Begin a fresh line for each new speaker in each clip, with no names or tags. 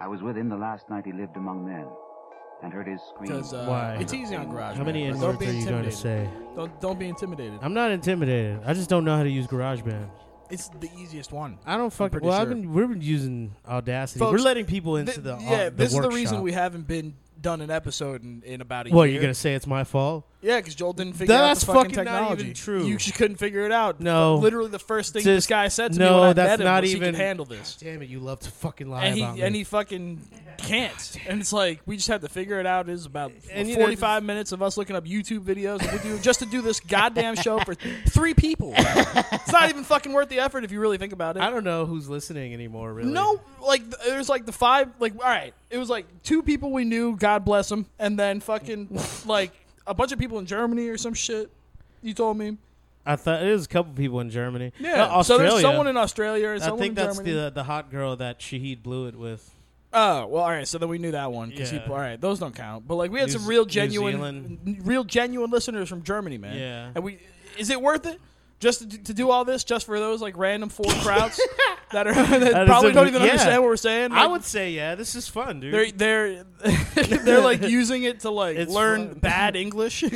I was with him the last night he lived among men and heard his scream.
Because uh,
Why?
it's easy on Garage.
How many
Band,
N
but
words
don't be
are you going to
intimidated.
say?
Don't don't be intimidated.
I'm not intimidated. I just don't know how to use GarageBand.
It's the easiest one.
I don't fucking.
pretty
Well, I've
sure.
been we've been using Audacity.
Folks,
We're letting people into
Th-
the
yeah,
uh, the
this is the
workshop.
reason we haven't been done an episode in, in about a
What
year.
you're gonna say? It's my fault.
Yeah, because Joel didn't figure out
That's
the fucking,
fucking not
technology.
even true.
You just couldn't figure it out.
No.
literally the first thing this
Just-
guy said to me
no,
when I
that's
met him
not
was he
even-
could handle this,
Damn it! You love to fucking lie
and he
about me.
and he fucking can't. And it's like we just had to figure it out. It's about
And, you know,
45 minutes of us looking up YouTube videos that we do just to do this goddamn show for three people. it's not even fucking worth the effort if you really think about it.
I don't know who's listening anymore. Really?
No, like th- it was like the five. Like all right, it was like two people we knew. God bless them. And then fucking like a bunch of people in Germany or some shit. You told me.
I thought it was a couple people in Germany.
Yeah.
Uh,
so
Australia.
there's someone in Australia and
I
someone
think
in
that's
Germany.
the the hot girl that Shahid blew it with.
oh well, all right. So then we knew that one because
Yeah.
he. All right, those don't count. But like we had
New
some real
Z- New
genuine,
Zealand.
n- real genuine listeners from Germany, man.
Yeah.
And we is it worth it? Just to, to do all this just for those like random four crowds that are that,
That is
probably
a-
don't even
yeah.
understand what we're saying.
I
Like,
would say, yeah, this is fun, dude.
They're they're they're like using it to like
It's
learn
fun.
bad English.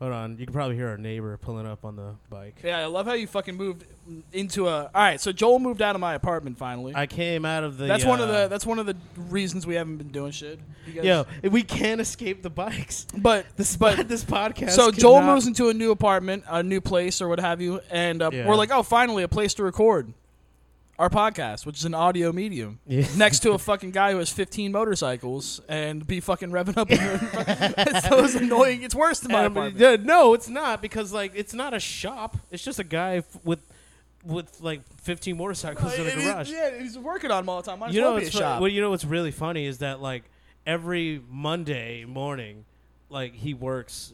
Hold on, you can probably hear our neighbor pulling up on the bike.
yeah, I love how you fucking moved into a. All right, so Joel moved out of my apartment finally.
I came out of the.
that's one of
uh,
the that's one of the reasons we haven't been doing shit. You guys-
Yo, we can't escape the bikes.
but
This
but
this podcast.
so Joel
cannot-
moves into a new apartment, a new place, or what have you, and uh,
Yeah.
we're like, oh, finally a place to record our podcast, which is an audio medium,
Yeah.
next to a fucking guy who has 15 motorcycles and be fucking revving up. it's those annoying. It's worse than my
Um,
apartment.
yeah, no, it's not because like it's not a shop. It's just a guy f- with with like 15 motorcycles in a
It is-
garage.
yeah, he's working on them all the time. Might as
you
well
know
be a
what's fu-
shop.
well, you know what's really funny is that like every Monday morning, like he works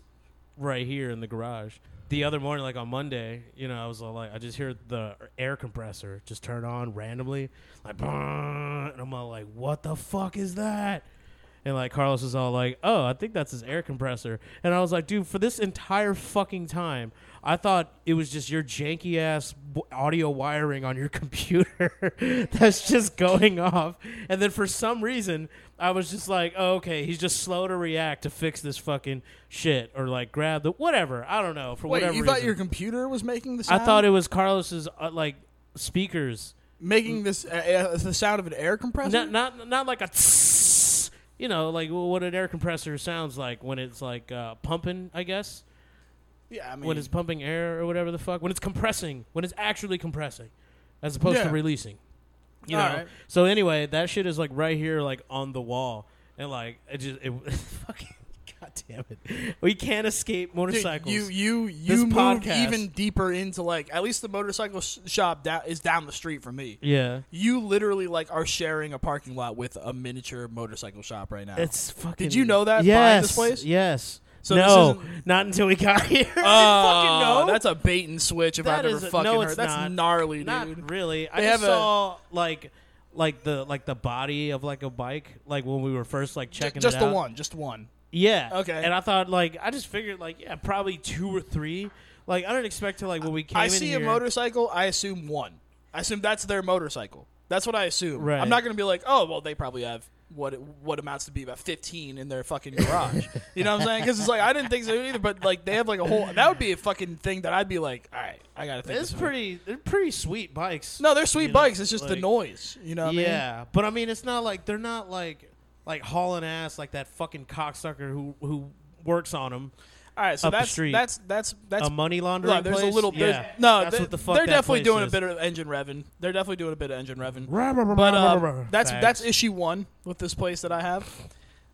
right here in the garage. The other morning, like on Monday, you know, I was all like, I just hear the air compressor just turn on randomly, like, "Brrrr," and I'm all like, what the fuck is that? And like Carlos is all like, "Oh, I think that's his air compressor." And I was like, "Dude, for this entire fucking time, I thought it was just your janky ass w- audio wiring on your computer that's just going off." And then for some reason, I was just like, oh, "Okay, he's just slow to react to fix this fucking shit or like grab the whatever. I don't know for
Wait,
whatever
you thought
reason.
your computer was making the
I
sound?
thought it was Carlos's uh, like speakers
making this uh, uh, the sound of an air compressor.
not not not like a tss, you know like what an air compressor sounds like when it's like uh, pumping i guess
yeah, I mean,
when it's pumping air or whatever the fuck when it's compressing when it's actually compressing as opposed to
Yeah.
releasing you know
All right.
so anyway that shit is like right here like on the wall and like it just it fucking god damn it we can't escape
Dude,
motorcycles
you you you
This
moved
podcast.
even deeper into like at least the motorcycle sh- shop down is down the street from me.
yeah
You literally like are sharing a parking lot with a miniature motorcycle shop right now.
it's fucking
you know that
yes
behind this place?
yes
So this
no
isn't-
not until we got here I didn't
oh,
fucking know.
that's a bait and switch if
That
I've ever
is a-
fucking
no,
heard.
it's
That's
not.
gnarly, dude.
Not really. I
They
just
have a-
saw like like the like the body of like a bike like when we were first like
Ju-
checking
just
it
the
out.
one, just one.
Yeah.
Okay.
And I thought like I just figured like yeah probably two or three. Like I didn't expect to like when we came.
I
in
see
here,
a motorcycle, I assume one. I assume that's their motorcycle. That's what I assume.
Right.
I'm not going to be like, oh, well, they probably have what what amounts to be about 15 in their fucking garage. you know what I'm saying? Because it's like I didn't think so either, but like they have like a whole. That would be a fucking thing that I'd be like, all right, I got to think.
It's
this through."
pretty. They're pretty sweet bikes.
No, they're sweet
know,
bikes. It's just the
like-
noise. You know what I mean?
yeah, but I mean, it's not like they're not like like hauling ass like that fucking cocksucker who who works on them.
All right, so
Up the
that's,
street.
that's that's that's
a money laundering.
no, there's
place?
a little there's-
Yeah.
no
that's
they,
what the fuck
they're
that
definitely
place
doing
is.
a bit of engine revving. They're definitely doing a bit of engine revving. But
But
uh, that's that's issue one with this place that I have.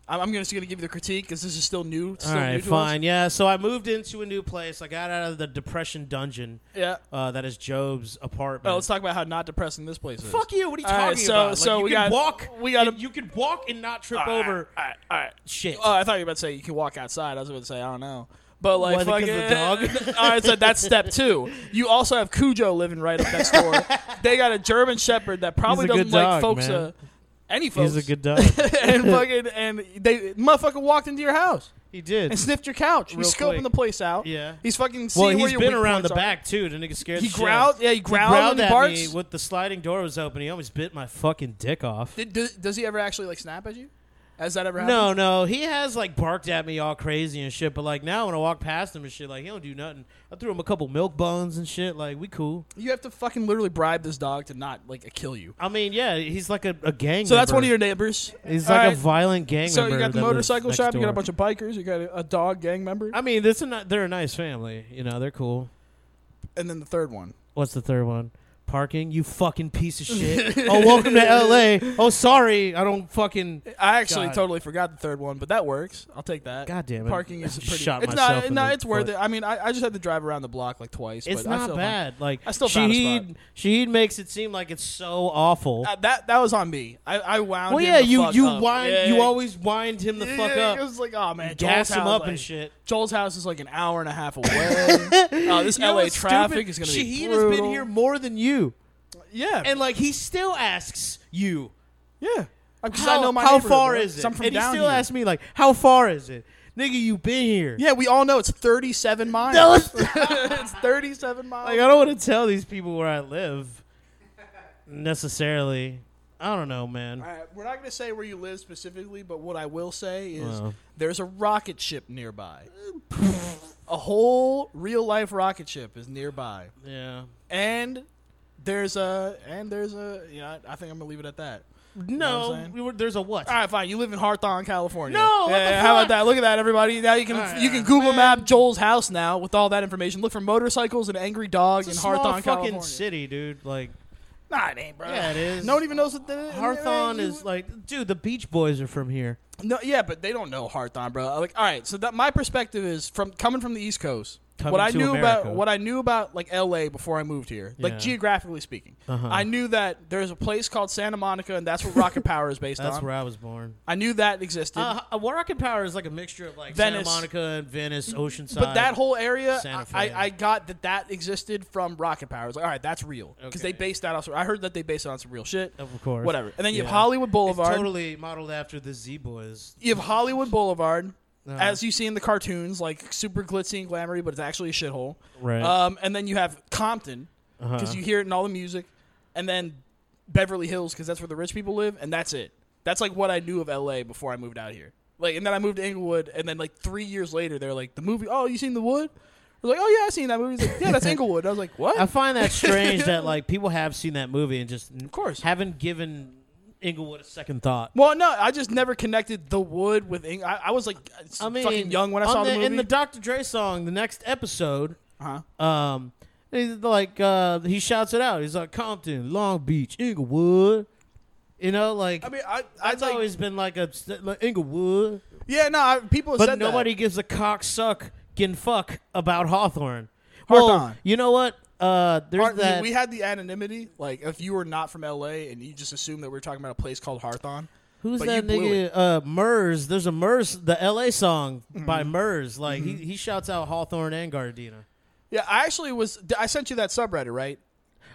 I'm, I'm just gonna give you the critique because this is still new. it's
all
still new
right,
to
fine, yeah. So I moved into a new place. I got out of the depression dungeon
Us. Yeah.
uh, that is Job's apartment.
Oh, let's talk about how not depressing this place is.
Fuck you! What are you
All
talking
right, so-
about? Like,
so
you
we
can
got-
walk.
we got a-
and you can walk and not trip
All right,
over
all right, all right.
shit.
Oh, I thought you were about to say you can walk outside. I was about to say I don't know. But like,
Was it 'cause of the
fucking- all right, so that's step two. You also have Cujo living right up next door. they got a German Shepherd that probably
He's a
doesn't
good
like
dog,
folks.
man.
Uh, any folks.
He's a good dog.
and fucking and they motherfucker walked into your house.
He did.
and sniffed your couch.
Real
He's scoping
quick.
the place out.
Yeah.
He's fucking
well,
seeing where
he's
your
been
weak
around the
points are.
back too. The nigga scared.
He
the shit out
growled.
of me.
Yeah, he growled, and he
at
barks.
me with the sliding door was open. He almost bit my fucking dick off.
Did, does, does he ever actually like snap at you? Has that ever happened?
No, no, he has like barked at me all crazy and shit. But like now, when I walk past him and shit, like he don't do nothing. I threw him a couple milk buns and shit. Like we cool.
You have to fucking literally bribe this dog to not like kill you.
I mean, yeah, he's like a, a gang.
So that's
member.
one of your neighbors.
He's
All
like a
right.
violent gang.
So you
member
got the
that lives
motorcycle
next
shop. You got a
door.
bunch of bikers. You got a, a dog gang member,
I mean, this is not, they're a nice family. You know, they're cool.
and then the third one.
What's the third one? Parking, you fucking piece of shit. oh, welcome to L.A. Oh, sorry, I don't fucking.
I actually
God.
totally forgot the third one, but that works. I'll take that.
God damn it!
Parking is a
I just
pretty.
Shot
it's
myself
not.
in
No,
the
it's worth
foot.
it. I mean, I, I just had to drive around the block like twice.
It's
but I
not
feel fine.
bad. Like
I still found a
Shahid,
spot.
Shahid makes it seem like it's so awful.
Uh, that that was on me. I, I wound.
well,
him
yeah,
the
you
fuck
you
up.
wind
Yeah,
you
yeah.
always wind him the
Yeah,
fuck
yeah,
up,
It was like, oh man,
gas
Joel's
him
house,
up
like-
and shit.
Joel's house is like an hour and a half away. oh, this
You know
LA
what's
traffic
stupid?
is gonna be
Shahid
brutal.
has been here more than you,
Yeah,
and like he still asks you
yeah. Because
how,
I know my
how
neighborhood,
far
right?
is it,
'Cause I'm from
and he
down
still
here.
asks me like how far is it, nigga? You been here?
Yeah, we all know it's 37 miles.
No, it's
it's 37 miles.
Like I don't want to tell these people where I live necessarily. I don't know, man.
All right, we're not going to say where you live specifically, but what I will say is
Well.
there's a rocket ship nearby. a whole real life rocket ship is nearby,
Yeah.
and there's a and there's a. You know, I, I think I'm gonna leave it at that. what I'm
No,
saying?
we were, there's a what?
All right, fine. You live in Hawthorne, California.
No, what
yeah,
the
yeah, how about
fuck?
that? Look at that, everybody. Now you can
All right,
you can
all right,
Google
man.
Map Joel's house now with all that information. Look for motorcycles and angry dogs
It's a
in
small
Hawthorne,
fucking
California.
city, dude. Like
Nah, it ain't, bro.
Yeah, it is.
No one even knows what the
Hawthorne
you-
is like, dude. The Beach Boys are from here.
No, yeah, but they don't know Hawthorne, bro. Like, all right, so that my perspective is from coming from the East Coast.
Coming
what I
to
knew
America.
about what I knew about like L.A. before I moved here,
Yeah.
like geographically speaking,
Uh-huh.
I knew that there's a place called Santa Monica, and that's what Rocket Power is based
That's
on.
where I was born.
I knew that existed,
Uh, H- Rocket Power is like a mixture of like
Venice.
Santa Monica and Venice, Oceanside.
but that whole area,
Santa
I,
Fe.
I, I got that that existed from Rocket Power. I was like, all right, that's real because they
Okay.
based that off. I heard that they based it on some real shit.
of course,
Whatever, and then you have
Yeah.
Hollywood
It's
Boulevard.
totally modeled after the Z Boys.
you have Hollywood Boulevard,
Uh-huh.
as you see in the cartoons, like super glitzy and glamory, but it's actually a shithole.
Right.
Um, and then you have Compton, because
Uh-huh.
you hear it in all the music, and then Beverly Hills, because that's where the rich people live, and that's it. That's like what I knew of L.A. before I moved out here. Like, and then I moved to Inglewood, and then like three years later, they're like, the movie. Oh, you seen the Wood? I was like, oh yeah, I seen that movie. He's like, yeah, that's Inglewood. I was like, what?
I find that strange that like people have seen that movie and just of
course.
haven't given Inglewood a second thought.
well, no, I just never connected the Wood with Ing. I, I was like,
I mean,
fucking young when I
on
saw the, movie.
in the Dr. Dre song, the next episode,
uh-huh.
um, he's like uh, he shouts it out. He's like Compton, Long Beach, Inglewood. You know, like
I mean, I, I
that's
like,
always been like a st- like, Inglewood,
yeah, no, I, people have
but
said that.
nobody gives a cocksuck can fuck about Hawthorne. Well,
Hawthorne.
you know what? Uh, there's
Hart- we-
that.
we had the anonymity. Like, if you were not from LA and you just assumed that we were talking about a place called Hawthorne,
Who's
But you
that
blew
nigga? Uh, Murs. There's a Murs, the L.A. song
Mm-hmm.
by Murs. Like he, he shouts out Hawthorne and Gardena.
yeah, I actually was. I sent you that subreddit, right?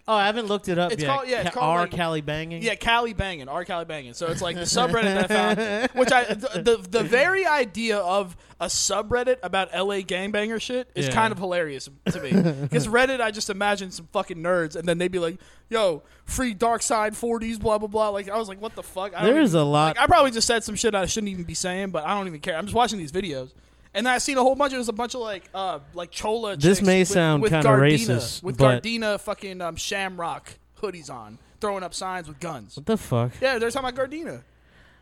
Oh, I haven't looked it up
It's
yet.
called- yeah, it's
Ca-
called,
R.
like-
Cali banging.
Yeah, Cali banging, R Cali banging. So it's like the subreddit that I found, which I the, the the very idea of a subreddit about LA gangbanger shit is
Yeah.
kind of hilarious to me. Because Reddit, I just imagine some fucking nerds, and then they'd be like, "Yo, free dark side 40s, blah blah blah." Like I was like, "What the fuck?" I don't
there
even-
is a lot.
Like, I probably just said some shit I shouldn't even be saying, but I don't even care. I'm just watching these videos. And I seen a whole bunch. It was a bunch of like, uh, like chola.
This
chicks
may
with-
sound
with
kinda
Gardena-
racist,
with
but-
Gardena fucking um, Shamrock hoodies on, throwing up signs with guns.
what the fuck?
Yeah, they're talking about Gardena.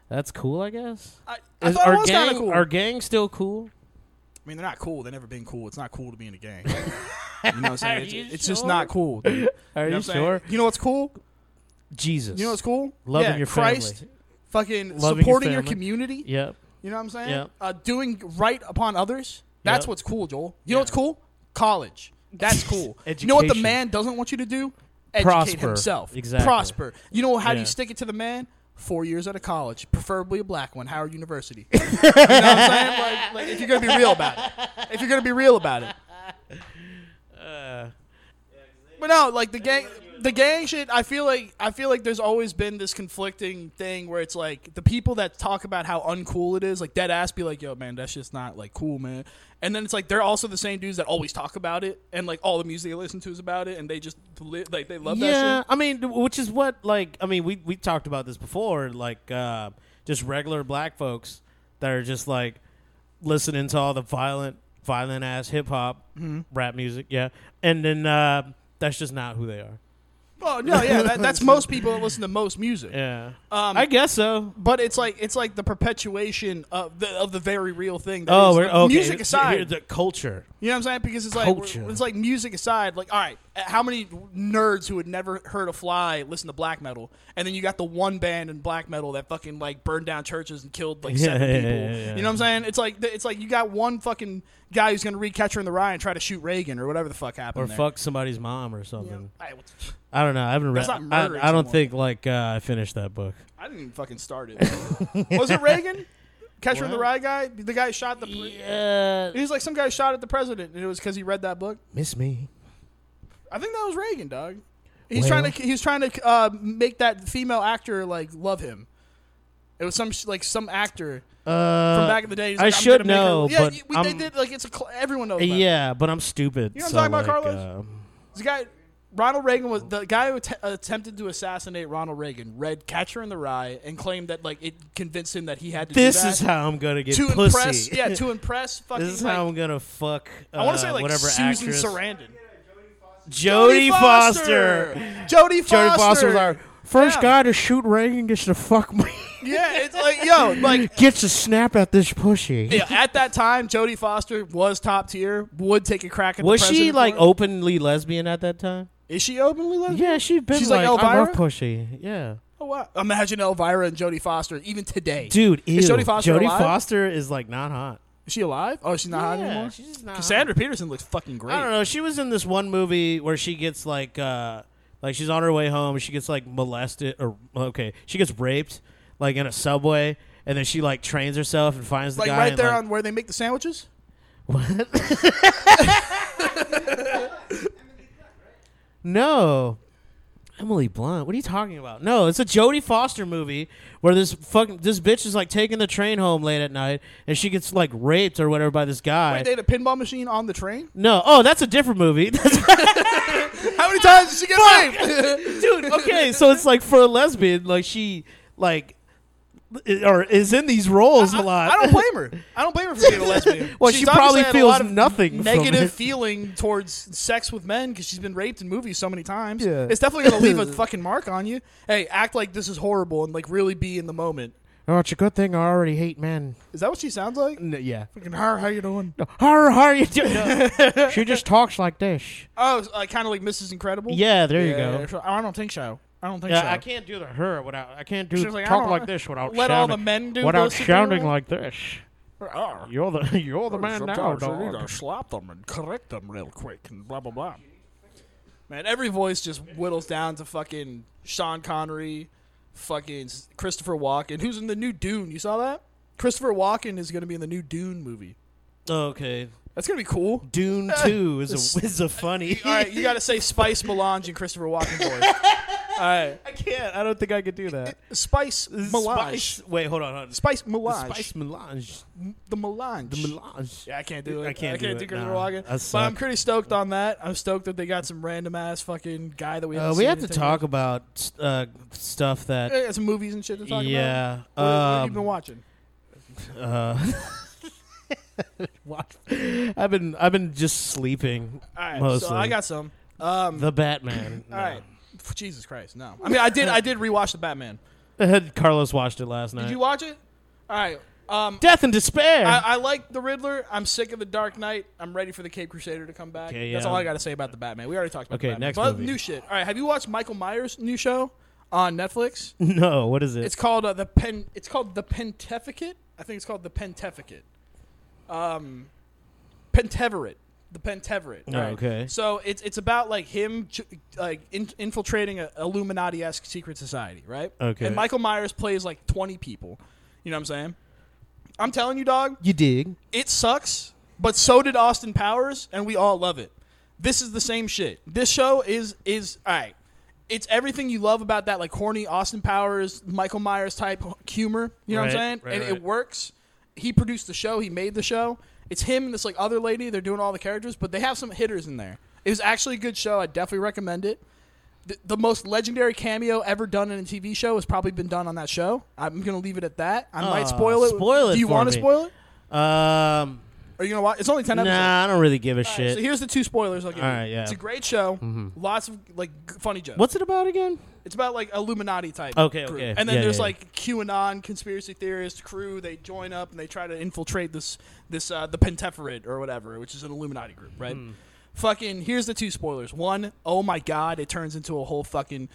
That's cool, I guess.
I, I
Is
thought
our
it was kind
gang,
of cool.
our gang still cool?
I mean, they're not cool. They've never been cool. It's not cool to be in a gang. you know what I'm saying? It's,
you
it's just
sure?
not cool. Dude. You know
Are you
what I'm saying?
sure?
You know what's cool?
Jesus.
You know what's cool?
Loving
Yeah,
your
Christ,
family.
fucking
Loving your
supporting your
family.
community.
Yep.
You know what I'm saying?
Yeah.
Uh, doing right upon others. That's
Yeah.
what's cool, Joel. You know what's cool? College. That's cool.
Education.
You know what the man doesn't want you to do? Educate
Prosper.
himself.
Exactly.
Prosper. You know how do
Yeah.
you stick it to the man? Four years at a college, preferably a black one, Howard University. you know what I'm saying? Like, like, if you're gonna be real about it, if you're gonna be real about it. But no, like the gang, the gang shit i feel like i feel like there's always been this conflicting thing where it's like the people that talk about how uncool it is like dead ass be like yo man that's just not like cool man and then it's like they're also the same dudes that always talk about it and like all the music they listen to is about it and they just li- like they love
yeah,
that
I mean, th- which is what like I mean, we we talked about this before, like uh, just regular black folks that are just like listening to all the violent, violent ass hip hop,
Mm-hmm.
rap music, yeah, and then uh, that's just not who they are.
shit well Oh, no yeah that, that's most people that listen to most music
Yeah,
um
I guess so.
but it's like it's like the perpetuation of the of the very real thing. That
Oh,
is-
we're, okay.
music
so here-
aside,
the culture.
You know what I'm saying? Because it's like we're-
Culture.
it's like music aside. Like, all right, uh, how many nerds who had never heard a fly listen to black metal, and then you got the one band in black metal that fucking like burned down churches and killed like
Yeah,
seven
yeah,
people.
yeah, yeah.
You know what I'm saying? It's like it's like you got one fucking guy who's gonna read Catcher in the Rye and try to shoot Reagan or whatever the fuck happened.
Or
there.
fuck somebody's mom or
You know?
something.
I, what's-
I don't know. I haven't read.
That's not
I,
murdering
I don't
someone.
think like uh, I finished that book.
I didn't even fucking start it. Was it Reagan? Catcher in the
What?
Rye guy, the guy who shot the. Pre-
Yeah,
He was like some guy shot at the president, and it was because he read that book.
miss me.
I think that was Reagan, dog. He's
Well-
trying to he's trying to uh, make that female actor like love him. It was some sh- like some actor
Uh,
from back in the day. He's
I
like, I'm gonna
should
make her-
know,
yeah,
but
you- we, they
I'm-
did like it's a cl- everyone knows. Yeah,
Yeah, but I'm stupid.
You know what I'm
so,
talking about,
like,
Carlos?
uh,
this guy Ronald Reagan was the guy who att- attempted to assassinate Ronald Reagan. Read Catcher in the Rye and claimed that like it convinced him that he had to. do
this
that
is how I'm gonna get
to
pussy.
impress. Yeah, to impress. Fucking.
this is
like,
how I'm gonna fuck. Uh,
I want to say like
whatever
Susan
actress.
Sarandon.
Jodie Foster.
Jodie Foster.
Jodie Foster was our first
Yeah.
guy to shoot Reagan. Gets to fuck me.
Yeah, it's like yo, like
gets to snap at this pussy.
yeah, at that time, Jodie Foster was top tier. Would take a crack at.
Was
the
she
president
like
for it.
openly lesbian at that time?
Is she openly lesbian?
Yeah, she'd been
She's like
like, I'm
Elvira?
off pussy. Yeah,
Oh, wow. Imagine Elvira and Jodie Foster even today.
dude. Ew.
Is Jodie Foster
Jodie
alive?
Foster is like not hot.
Is she alive? Oh, she's not
yeah,
hot anymore.
she's just not. hot.
Cassandra Peterson looks fucking great.
I don't know. She was in this one movie where she gets like, uh, like she's on her way home. She gets like molested, or okay, she gets raped, like in a subway, and then she like trains herself and finds the
Like
guy.
right
and,
there
like-
on where they make the sandwiches.
No. Emily Blunt. What are you talking about? No, it's a Jodie Foster movie where this fucking this bitch is like taking the train home late at night and she gets like raped or whatever by this guy.
Wait, they had a pinball machine on the train.
no, oh, that's a different movie.
How many times did she get raped?
dude okay so it's like for a lesbian like she like i- or is in these roles a lot
I don't blame her. I don't blame her for being a lesbian.
well
She's
she probably
obviously had a
feels
lot of
nothing from
negative
it.
feeling towards sex with men because she's been raped in movies so many times.
Yeah.
It's definitely gonna leave a fucking mark on you. Hey, act like this is horrible and like really be in the moment.
oh it's a good thing i already hate men
Is that what she sounds like?
N- yeah
Fucking her, how you doing?
No, how, how are you doing No. she just talks like this
Oh, uh, kind of like Mrs. Incredible.
yeah there you
Yeah,
go
yeah, sure. Oh, I don't think so. I don't think so.
yeah, I can't do to her without. I can't do
She's like, I
talk
don't-
like this without
let all
sounding,
the men do
without
those to
sounding
do?
like this.
can't.
You're the you're the man now, dog.
slap them and correct them real quick and blah blah blah. Man, every voice just whittles down to fucking Sean Connery, fucking s- Christopher Walken. Who's in the new Dune? You saw that? Christopher Walken is going to be in the new Dune movie.
Okay,
That's going to be cool.
Dune Two is a is a funny.
All right, you got to say Spice Melange and Christopher Walken voice. All right,
I can't. I don't think I could do that.
Spice Melange.
Spice. Wait, hold on. Hold on.
Spice
The
Melange.
Spice melange.
The Melange.
The melange.
Yeah, I can't do it.
I can't
I can't
do
do,
it,
Christopher
nah. I
Walken. But
suck.
I'm pretty stoked on that. I'm stoked that they got some random ass fucking guy that we.
Uh,
haven't
we
seen
have to
anything
talk about uh, stuff
with.
that.
Yeah, some movies and shit to talk
Yeah.
about. What, what have you
um,
been watching?
uh, watch- I've been I've been just sleeping
All right,
mostly.
so I got some. Um,
the Batman.
all right. Pff, Jesus Christ, no. I mean, I did. I did rewatch the Batman.
right. Carlos watched it last night.
Did you watch it? All right. Um,
Death and despair.
I, I like the Riddler. I'm sick of the Dark Knight. I'm ready for the Cape Crusader to come back.
Okay,
That's
yeah.
all I got to say about the Batman. We already talked about
Okay,
the Batman.
next
but
movie.
new shit. All right, have you watched Michael Myers' new show on Netflix?
no, what is it?
It's called uh, the pen. It's called the Penteficate. I think it's called the Penteficate. Um, Penteverate. The Penteverate.
Oh,
right?
okay.
So it's it's about like him j- like in, infiltrating a Illuminati esque secret society, right?
Okay.
And Michael Myers plays like twenty people. You know what I'm saying? I'm telling you, dog.
you dig.
It sucks, but so did Austin Powers, and we all love it. This is the same shit. This show is is all right. it's everything you love about that like horny Austin Powers, Michael Myers type humor. You know what I'm
Right,
saying?
right,
and
right.
it works. He produced the show. He made the show. It's him and this like other lady. They're doing all the characters, but they have some hitters in there. It was actually a good show. I definitely recommend it. The, the most legendary cameo ever done in a TV show has probably been done on that show. I'm gonna leave it at that. I
Aw,
might spoil it.
spoil it
Do you
for
wanna
me.
spoil it?
Um,
Are you gonna watch? It's only ten episodes.
nah, I don't really give a
All right,
shit.
so here's the two spoilers I'll give
All
you.
right, yeah. Mm-hmm.
It's a great show. Lots of like g- funny jokes.
What's it about again?
It's about like Illuminati type.
Okay,
group.
okay.
And then
Yeah,
there's
yeah,
like QAnon conspiracy theorist crew. They join up and they try to infiltrate this this uh, the Pentaphorid or whatever, which is an Illuminati group, right?
Hmm.
Fucking here's the two spoilers. One, oh my god, it turns into a whole fucking.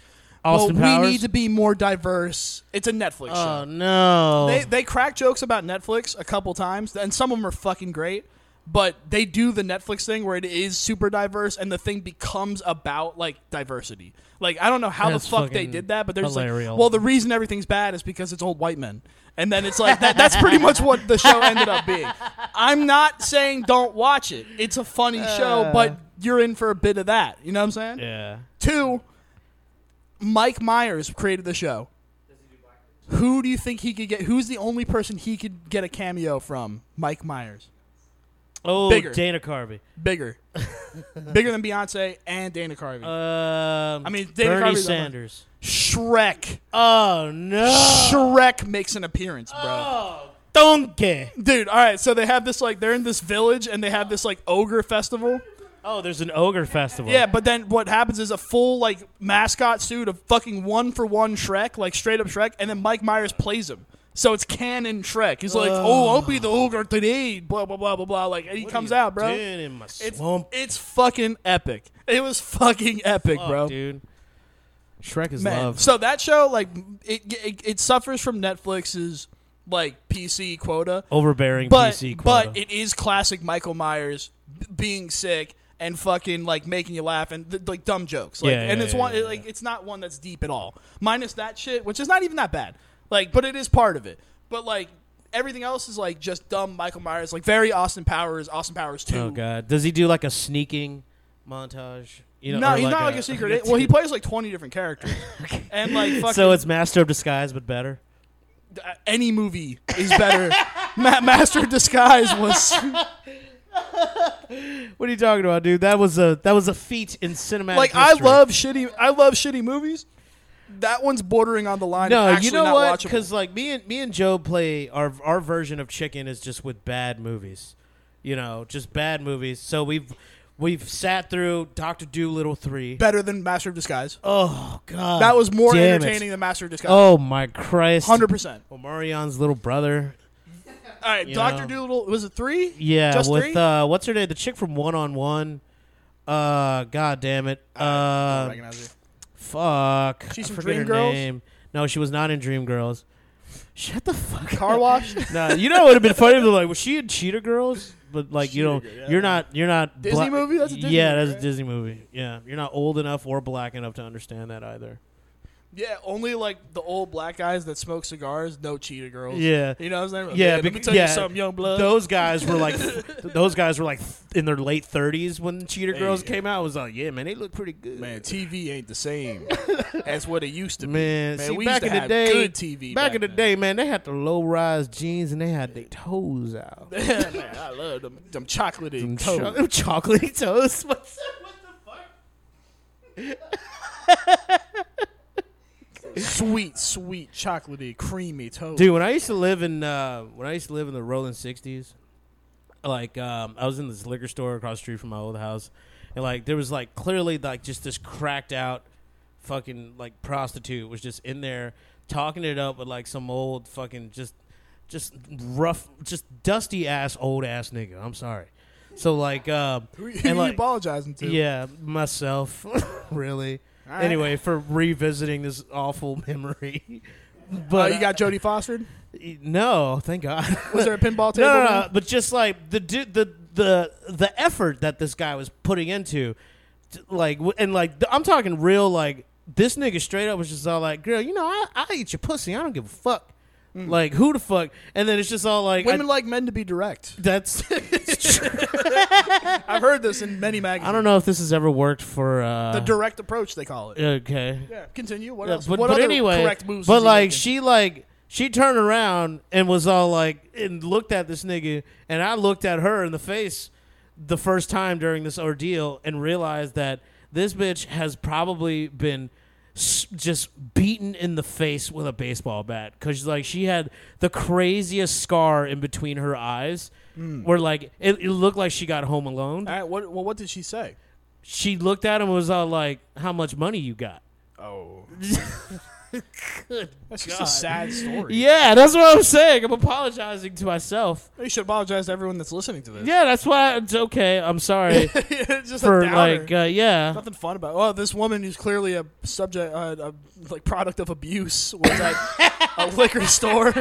Austin
well, we
Powers?
need to be more diverse. It's a Netflix show.
Oh no!
They they crack jokes about Netflix a couple times, and some of them are fucking great. But they do the Netflix thing where it is super diverse, and the thing becomes about like diversity. Like I don't know how
That's
the fuck they
fucking
did that, but they're just like,
hilarious.
well, the reason everything's bad is because it's old white men, and then it's like that, that's pretty much what the show ended up being. I'm not saying don't watch it; it's a funny show, but you're in for a bit of that. You know what I'm saying?
Uh. yeah.
Two, Mike Myers created the show. Who do you think he could get? Who's the only person he could get a cameo from? Mike Myers.
Oh,
Bigger.
Dana Carvey.
Bigger. Bigger than Beyonce and Dana Carvey.
Um,
I mean, Dana
Bernie
Carvey's on my-
Sanders.
Shrek.
Oh no!
Shrek makes an appearance, bro.
Donkey.
Dude, all right, so they have this, like, they're in this village and they have this, like, ogre festival.
Oh, there's an ogre festival.
Yeah, but then what happens is a full like mascot suit of fucking one for one Shrek, like straight up Shrek, and then Mike Myers plays him. So it's canon Shrek. He's like, "Oh, I'll be the ogre today." Blah blah blah blah blah. Like and he
What
comes
are you
out, bro.
doing in my
It's
swamp,
it's fucking epic. It was fucking epic,
Fuck,
bro.
dude. Shrek is
Man,
love.
so that show like it, it it suffers from Netflix's like PC quota,
Overbearing
but
PC quota.
but it is classic Michael Myers b- being sick and fucking like making you laugh and th- like dumb jokes. Like,
Yeah,
and
yeah,
it's
yeah,
one
yeah,
like it's not one that's deep at all. Minus that shit, which is not even that bad. Like, but it is part of it. But like everything else is like just dumb Michael Myers, like very Austin Powers, Austin Powers two.
oh god, does he do like a sneaking montage? You know,
No,
or
he's not like a secret. agent. well, he plays like twenty different characters, and like fucking
so it's Master of Disguise, but better.
uh, any movie is better. Ma- Master of Disguise was
What are you talking about, dude? That was a that was a feat in cinematic.
like I
history.
love shitty. I love shitty movies. That one's bordering on the line. of
No,
actually
you know
not
what?
watchable.
Because like me and me and Joe play our our version of chicken is just with bad movies, you know, just bad movies. So we've we've sat through Doctor Doolittle three.
better than Master of Disguise.
Oh god,
that was more
damn it.
entertaining than Master of Disguise.
Oh my Christ,
Hundred percent.
Omarion's little brother.
All right,
You
Doctor
know.
Doolittle was it three?
Yeah,
Just
with
three?
uh, what's her name? The chick from One on One. Uh, god damn it.
I
Uh,
recognize it.
fuck.
She's
I
from
forget her
Dreamgirls?
name. No, she was not in Dreamgirls. Shut the fuck up.
Car wash.
Nah, you know what would have been funny if they're like, was she in Cheetah Girls? But like, you know,
Cheetah Girl, yeah.
you're not, you're not
Disney
bla-
movie? That's a Disney movie,
yeah, that's
right?
a Disney movie. Yeah, you're not old enough or black enough to understand that either.
yeah, only like the old black guys that smoke cigars, no cheetah girls.
Yeah.
you know what I'm saying?
Yeah,
let me
bec-
tell
yeah.
you something, young blood.
Those guys were like, those guys were like in their late 30s when Cheetah Girls came out. I was like, yeah, man, they look pretty good.
Man, TV ain't the same as what it used to be.
Man, see,
we
back
used
in
to
the
have
day,
good TV.
Back,
Back,
in the day, man, they had the low rise jeans and they had their toes out.
day, man, I love them. Them chocolatey toes.
Cho- chocolatey toes. What's
sweet, sweet, chocolatey, creamy toast.
Dude, when I used to live in uh, when I used to live in the rolling sixties, like um, I was in this liquor store across the street from my old house, and like there was like clearly like just this cracked out fucking like prostitute was just in there talking it up with like some old fucking just just rough just dusty ass old ass nigga. I'm sorry. So like uh,
Who,
and,
who you
like-
apologizing to?
yeah, myself, really.
right.
Anyway, for revisiting this awful memory.
Uh,
But
you got Jodie Foster?
no, thank God.
Was there a pinball table?
no, no,
there?
no, but just like the du- the the the effort that this guy was putting into, t- like w- and like th- I'm talking real like this nigga straight up was just all like, girl, you know I I eat your pussy, I don't give a fuck,
Mm.
like who the fuck, and then it's just all like I-
Women like men to be direct.
that's it's true.
I've heard this in many magazines.
I don't know if this has ever worked for uh,
The direct approach they call it.
Okay.
Yeah. Continue. What
Yeah,
else?
but
what
but
other
anyway,
correct moves?
but
is he
like
making?
she like she turned around and was all like and looked at this nigga, and I looked at her in the face the first time during this ordeal and realized that this bitch has probably been s- just beaten in the face with a baseball bat because like she had the craziest scar in between her eyes
Hmm.
where like it, it looked like she got home alone
All right. What? Well, what did she say?
she looked at him and was all like how much money you got
Oh. That's just a sad story.
Yeah, that's what I'm saying. I'm apologizing to myself.
You should apologize to everyone that's listening to this.
Yeah, that's why it's okay. I'm sorry
it's just
for
a downer.
like uh, yeah.
Nothing fun about. Oh, this woman who's clearly a subject, uh, a like product of abuse, was at a liquor store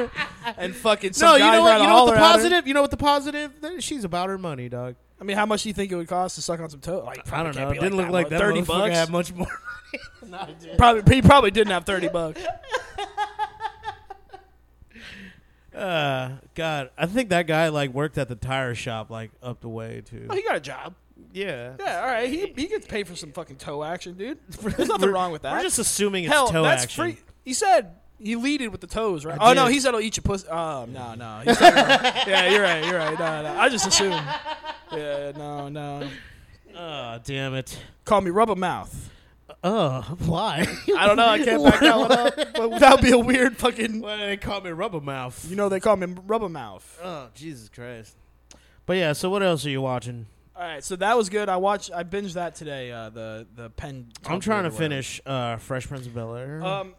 and fucking. Some
No, you
guy
know
tried to
what? You know what
holler
the
at her.
positive? You know what the positive? That She's about her money, dog.
I mean, how much do you think it would cost to suck on some toe? Like,
I
probably
don't know.
can't
It
be
didn't look like that.
much. Thirty
motherfucker
bucks.
had much more.
Probably he probably didn't have thirty bucks.
Uh, God, I think that guy like worked at the tire shop like up the way too.
Oh, he got a job.
Yeah.
Yeah, all right. He he gets paid for some fucking toe action, dude. There's nothing wrong with that.
We're just assuming it's
Hell,
toe
that's
action.
free. He said he leaded with the toes, right?
I
oh no,
did.
he said I'll eat your pussy. Oh no, no. He said, yeah, you're right. You're right. No, no. I just assumed. Yeah, no, no.
Oh, damn it.
Call me rubber mouth.
Oh,
Uh,
why?
I
Oh,
don't know. I can't back that one up. But that would be a weird fucking.
why do they call me rubber mouth?
You know they call me rubber mouth.
Oh, Jesus Christ. But yeah, so what else are you watching?
All right, so that was good. I watched. I binged that today. Uh, the the pen.
I'm trying to finish uh, Fresh Prince of Bel Air.
Um.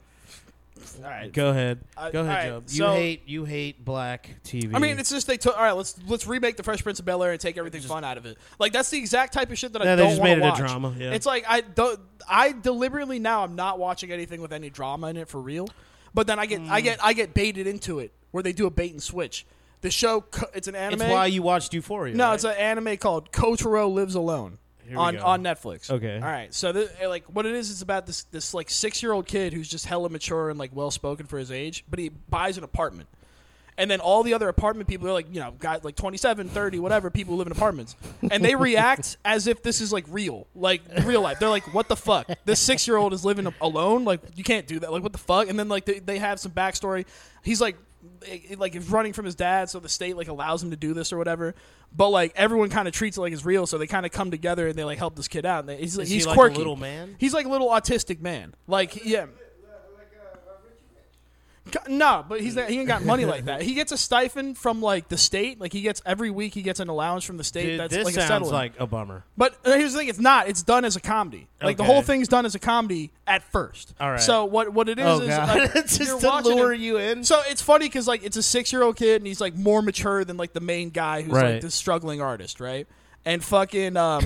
All right.
go ahead,
I-
go ahead,
all right,
Job. You
so-
hate you hate black TV.
I mean, it's just they took. All right, let's let's remake the Fresh Prince of Bel Air and take everything fun out of it. Like that's the exact type of shit that
Yeah,
I
they
don't
just
wanna
made it a
watch.
drama, yeah.
It's like I don't. I deliberately now I'm not watching anything with any drama in it for real. But then I get
Mm.
I get I get baited into it where they do a bait and switch. The show co- it's an anime.
It's why you watched Euphoria.
no,
right?
it's an anime called Kotaro Lives Alone
Here we
on
go.
on Netflix.
Okay.
All right. So this, like what it is it's about this this like 6-year-old kid who's just hella mature and like well spoken for his age, but he buys an apartment. And then all the other apartment people are like, you know, guys like 27, 30, whatever, people who live in apartments. And they react as if this is like real, like real life. They're like, what the fuck? This six year old is living alone? Like, you can't do that. Like, what the fuck? And then, like, they, they have some backstory. He's like, eh, like he's running from his dad, so the state like allows him to do this or whatever. But like everyone kind of treats it like it's real, so they kind of come together and they like help this kid out. And they, he's like,
Is he
he's
like a
quirky,
little man?
He's like a little autistic man. Like yeah, Ca- No, but he's not, he ain't got money like that. He gets a stipend from like the state. Like he gets every week he gets an allowance from the state.
Dude,
that's
this
like a
sounds
settlement.
like a bummer.
but uh, here's the thing: it's not. It's done as a comedy. Like the
Okay.
whole thing's done as a comedy at first.
All right.
So what what it is
Oh
is
god,
like,
it's
you're
just to
watching
lure
him-
you in.
So it's funny because like it's a six year old kid and he's like more mature than like the main guy who's
Right.
like this struggling artist, right? And fucking um,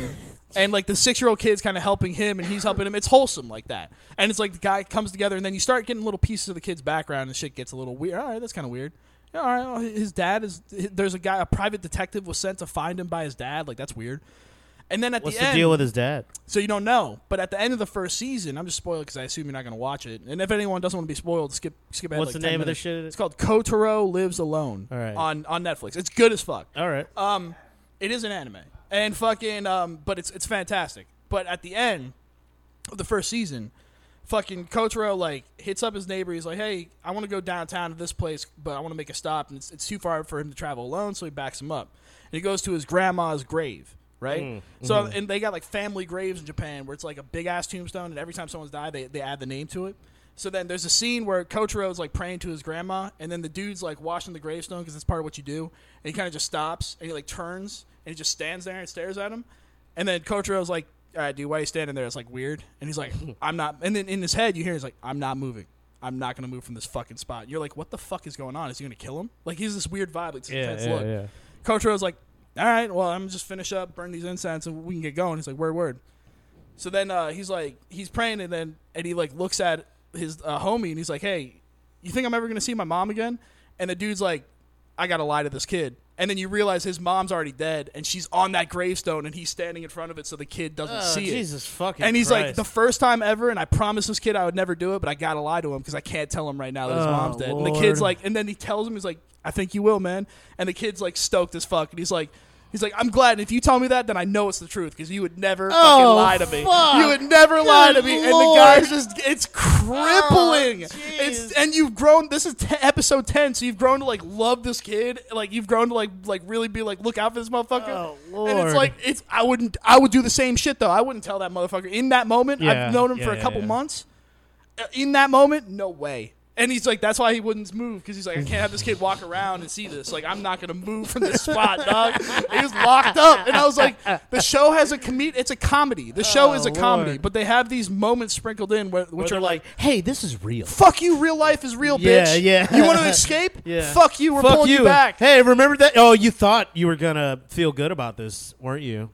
and like the six year old kid's kind of helping him and he's helping him. It's wholesome like that, and it's like the guy comes together and then you start getting little pieces of the kid's background and shit gets a little weird. All right, that's kind of weird. Yeah, All right, well, his dad is there's a guy, a private detective was sent to find him by his dad. Like that's weird. And then at
What's
the
the
end,
deal with his dad?
so you don't know. But at the end of the first season, I'm just spoiled because I assume you're not going to watch it. And if anyone doesn't want to be spoiled, skip skip ahead.
What's
like
the
10
name of the
minutes.
shit?
It's called Kotaro Lives Alone
All right.
on on Netflix. It's good as fuck.
All right,
Um, it is an anime, and fucking um, but it's it's fantastic. But at the end of the first season, fucking Kotaro like hits up his neighbor. He's like, "Hey, I want to go downtown to this place, but I want to make a stop, and it's it's too far for him to travel alone." So he backs him up, and he goes to his grandma's grave. Right, so and they got like family graves in Japan where it's like a big ass tombstone, and every time someone's died, they they add the name to it. So then there's a scene where Kotaro is like praying to his grandma, and then the dude's like washing the gravestone because that's part of what you do. And he kind of just stops and he like turns and he just stands there and stares at him. And then Kotaro's like, "All right, dude, why are you standing there? It's like weird." And he's like, "I'm not." And then in his head, you hear he's like, "I'm not moving. I'm not gonna move from this fucking spot." And you're like, "What the fuck is going on? Is he gonna kill him?" Like he's this weird vibe, like this intense look. Kotaro's like, all right, well, I'm just finish up, burn these incense, and we can get going. He's like, word, word. So then uh, he's like, he's praying, and then and he like looks at his uh, homie, and he's like, hey, you think I'm ever gonna see my mom again? And the dude's like, I gotta lie to this kid. And then you realize his mom's already dead, and she's on that gravestone, and he's standing in front of it, so the kid doesn't
Oh,
see it.
Jesus fucking.
And he's like,
Christ.
the first time ever, and I promised this kid I would never do it, but I gotta lie to him because I can't tell him right now that his
Oh,
mom's dead. And
Lord.
the kid's like, and then he tells him, he's like, I think you will, man. And the kid's like stoked as fuck, and he's like, He's like, I'm glad. And if you tell me that, then I know it's the truth because you would never
Oh,
fucking lie to me.
fuck.
You would never lie to me.
Lord.
And the guy's just, it's crippling.
Oh, jeez.
it's and you've grown. This is t- episode ten, so you've grown to like love this kid. Like you've grown to like like really be like look out for this motherfucker.
Oh,
And
Lord.
it's like it's I wouldn't I would do the same shit though. I wouldn't tell that motherfucker in that moment.
Yeah,
I've known him
yeah,
for a
yeah,
couple
yeah.
months. Uh, In that moment, no way. And he's like, that's why he wouldn't move because he's like, I can't have this kid walk around and see this. Like, I'm not gonna move from this spot, dog. He was locked up, and I was like, the show has a comed. It's a comedy. The show
Oh,
is a comedy,
Lord.
but they have these moments sprinkled in where, which
they're
are like,
hey, this is real.
fuck you, real life is real,
Yeah,
bitch.
yeah.
You want to escape?
Yeah.
Fuck you. We're
Fuck
pulling
you.
you back.
Hey, remember that? Oh, you thought you were gonna feel good about this, weren't you?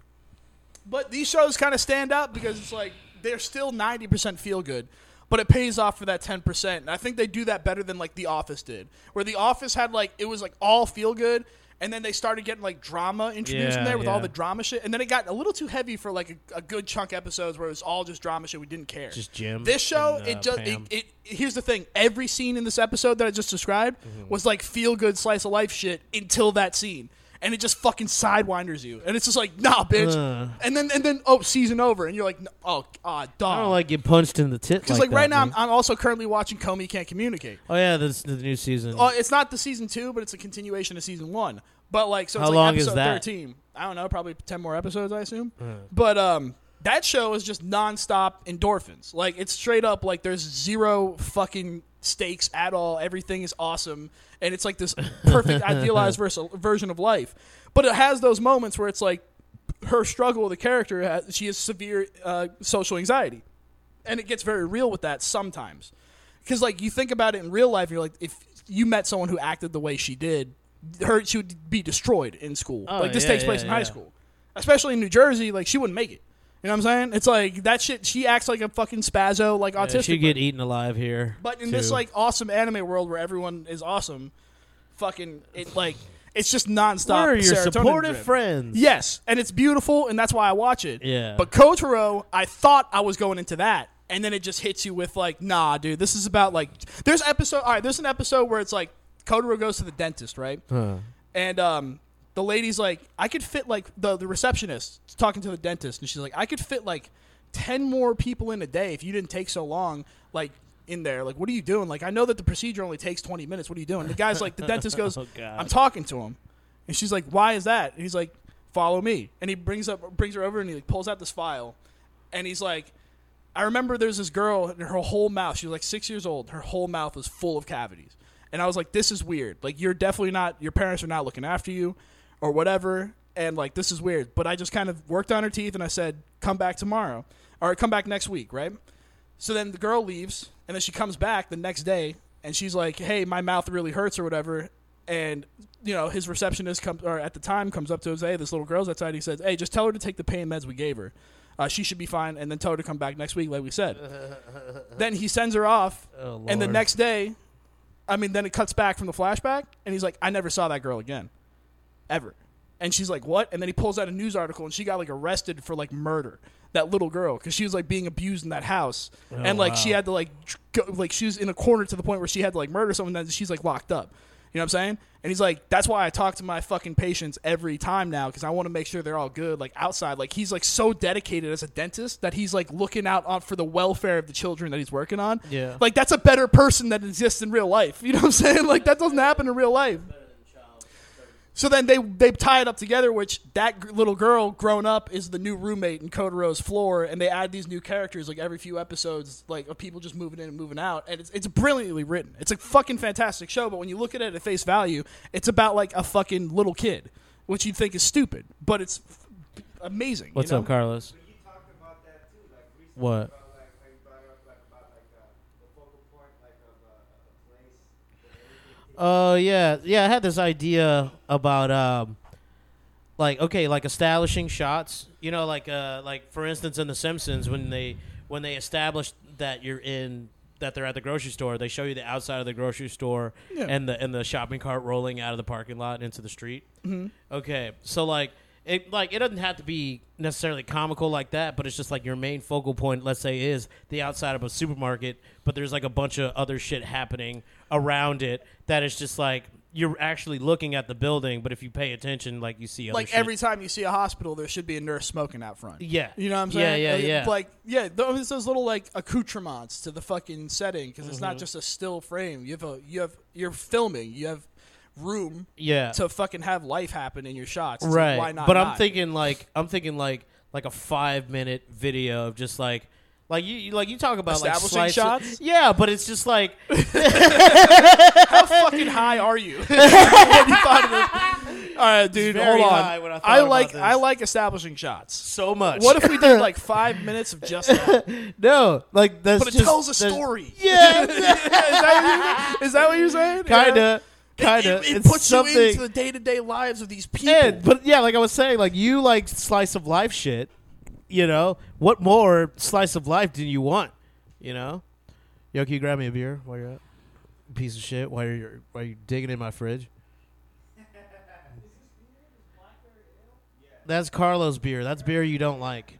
But these shows kind of stand out because it's like they're still 90% feel good, but it pays off for that 10%. And I think they do that better than like The Office did, where The Office had like, it was like all feel good. And then they started getting like drama introduced
Yeah,
in there with
yeah.
all the drama shit. And then it got a little too heavy for like a, a good chunk episodes where it was all just drama shit. We didn't care.
Just Jim
This show,
and, uh,
it just, it,
Pam.
it, here's the thing every scene in this episode that I just described
Mm-hmm.
was like feel good slice of life shit until that scene. And it just fucking sidewinders you. And it's just like, nah, bitch.
Ugh.
And then and then oh season over and you're like no, oh ah
I don't
dog
like get punched in the tit.
because like,
that,
right now I'm,
man.
I'm also currently watching Comey Can't Communicate.
oh yeah, this the new season.
Uh, it's not the season two, but it's a continuation of season one. But like so, it's
How
like
long is
episode
that? Uh-huh.
thirteen. I don't know, probably ten more episodes, I assume. But um, that show is just nonstop endorphins. Like it's straight up like there's zero fucking stakes at all. Everything is awesome, and it's like this perfect idealized vers- version of life. But it has those moments where it's like her struggle with the character. has- She has severe uh, social anxiety and it gets very real with that sometimes because like you think about it in real life you're like if you met someone who acted the way she did her she would be destroyed in school
Oh,
like this
yeah,
takes place
yeah,
in high
yeah.
school especially in new jersey like she wouldn't make it you know what i'm saying it's like that shit she acts like a fucking spazzo like
Yeah,
autistic
she get eaten alive here.
but in
too.
this like awesome anime world where everyone is awesome fucking it like it's just nonstop
We're your
serotonin
supportive
drip.
friends.
Yes, and it's beautiful, and that's why I watch it.
Yeah.
But Kotaro, I thought I was going into that, and then it just hits you with like, nah, dude, this is about like, there's episode. All right, there's an episode where it's like Kotaro goes to the dentist, right?
Huh.
And um, the lady's like, I could fit like the the receptionist is talking to the dentist, and she's like, I could fit like ten more people in a day if you didn't take so long, like. In there, like, what are you doing? Like, I know that the procedure only takes twenty minutes. What are you doing? The guy's like, the dentist goes,
Oh, God.
I'm talking to him, and she's like, "Why is that?" And he's like, "Follow me." And he brings up brings her over and he like pulls out this file, and he's like, "I remember there's this girl and her whole mouth. She was like six years old. Her whole mouth was full of cavities." And I was like, "This is weird. Like you're definitely not. Your parents are not looking after you, or whatever. And like this is weird." But I just kind of worked on her teeth and I said, "Come back tomorrow, or come back next week, right?" So then the girl leaves, and then she comes back the next day, and she's like, "Hey, my mouth really hurts or whatever." And you know, his receptionist comes, or at the time comes up to us, "Hey, this little girl's outside." He says, "Hey, just tell her to take the pain meds we gave her. Uh, she should be fine, and then tell her to come back next week, like we said." then he sends her off,
Oh,
and the
Lord.
next day, I mean, then it cuts back from the flashback, and he's like, "I never saw that girl again, ever." And she's like, "What?" And then he pulls out a news article, and she got like arrested for like murder. That little girl, because she was like being abused in that house, and like she
Oh, wow.
had to like tr- go, like she was in a corner to the point where she had to like murder someone. Then she's like locked up. You know what I'm saying? And he's like, "That's why I talk to my fucking patients every time now, because I want to make sure they're all good, like outside. Like he's like so dedicated as a dentist that he's like looking out on for the welfare of the children that he's working on.
Yeah.
like that's a better person that exists in real life. You know what I'm saying? Like that doesn't happen in real life. So then they they tie it up together, which that g- little girl grown up is the new roommate in Kotaro's floor, and they add these new characters like every few episodes, like of people just moving in and moving out, and it's it's brilliantly written. It's a fucking fantastic show, but when you look at it at face value, it's about like a fucking little kid, which you think is stupid, but it's f- amazing. you
What's
know?
up, Carlos?
You talked about that too, like recently
What?
about like how you brought up like about like uh, the focal point like of uh, a place.
Oh yeah, yeah. I had this idea about um, like okay, like establishing shots. You know, like uh, like for instance, in The Simpsons, when they when they establish that you're in that they're at the grocery store, they show you the outside of the grocery store
Yeah.
and the and the shopping cart rolling out of the parking lot into the street. Mm-hmm. Okay, so like. It like it doesn't have to be necessarily comical like that, but it's just like your main focal point. Let's say is the outside of a supermarket, but there's like a bunch of other shit happening around it that is just like you're actually looking at the building, but if you pay attention, like you see other
like
shit.
every time you see a hospital, there should be a nurse smoking out front.
Yeah.
you know what I'm
Yeah,
saying?
yeah,
Like,
yeah.
Like yeah, those, it's those little like accoutrements to the fucking setting because it's
Mm-hmm.
not just a still frame. You have a you have you're filming. You have room
yeah.
to fucking have life happen in your shots. It's like,
right.
why not?
But I'm
not?
thinking like I'm thinking like like a five minute video of just like like you, you like you talk about like
Establishing
slices-
shots?
Yeah, but it's just like
How fucking high are you? When you thought of this- All right, dude.
very
Hold on.
high when I thought about
like
this.
I like establishing shots.
so much.
What if we did like five minutes of just that?
no? Like that's
But it
just-
tells a
that's-
story.
Yeah,
is, that what you, is that what you're saying?
kinda,
Yeah.
kinda.
It, it
It's
puts
something.
you into the day to day lives of these people.
Yeah, but yeah, like I was saying, like you like slice of life shit. You know what more slice of life do you want? You know, yo, can you grab me a beer while you're up? Piece of shit. Why are you why are you digging in my fridge? That's Carlos beer. That's beer you don't like.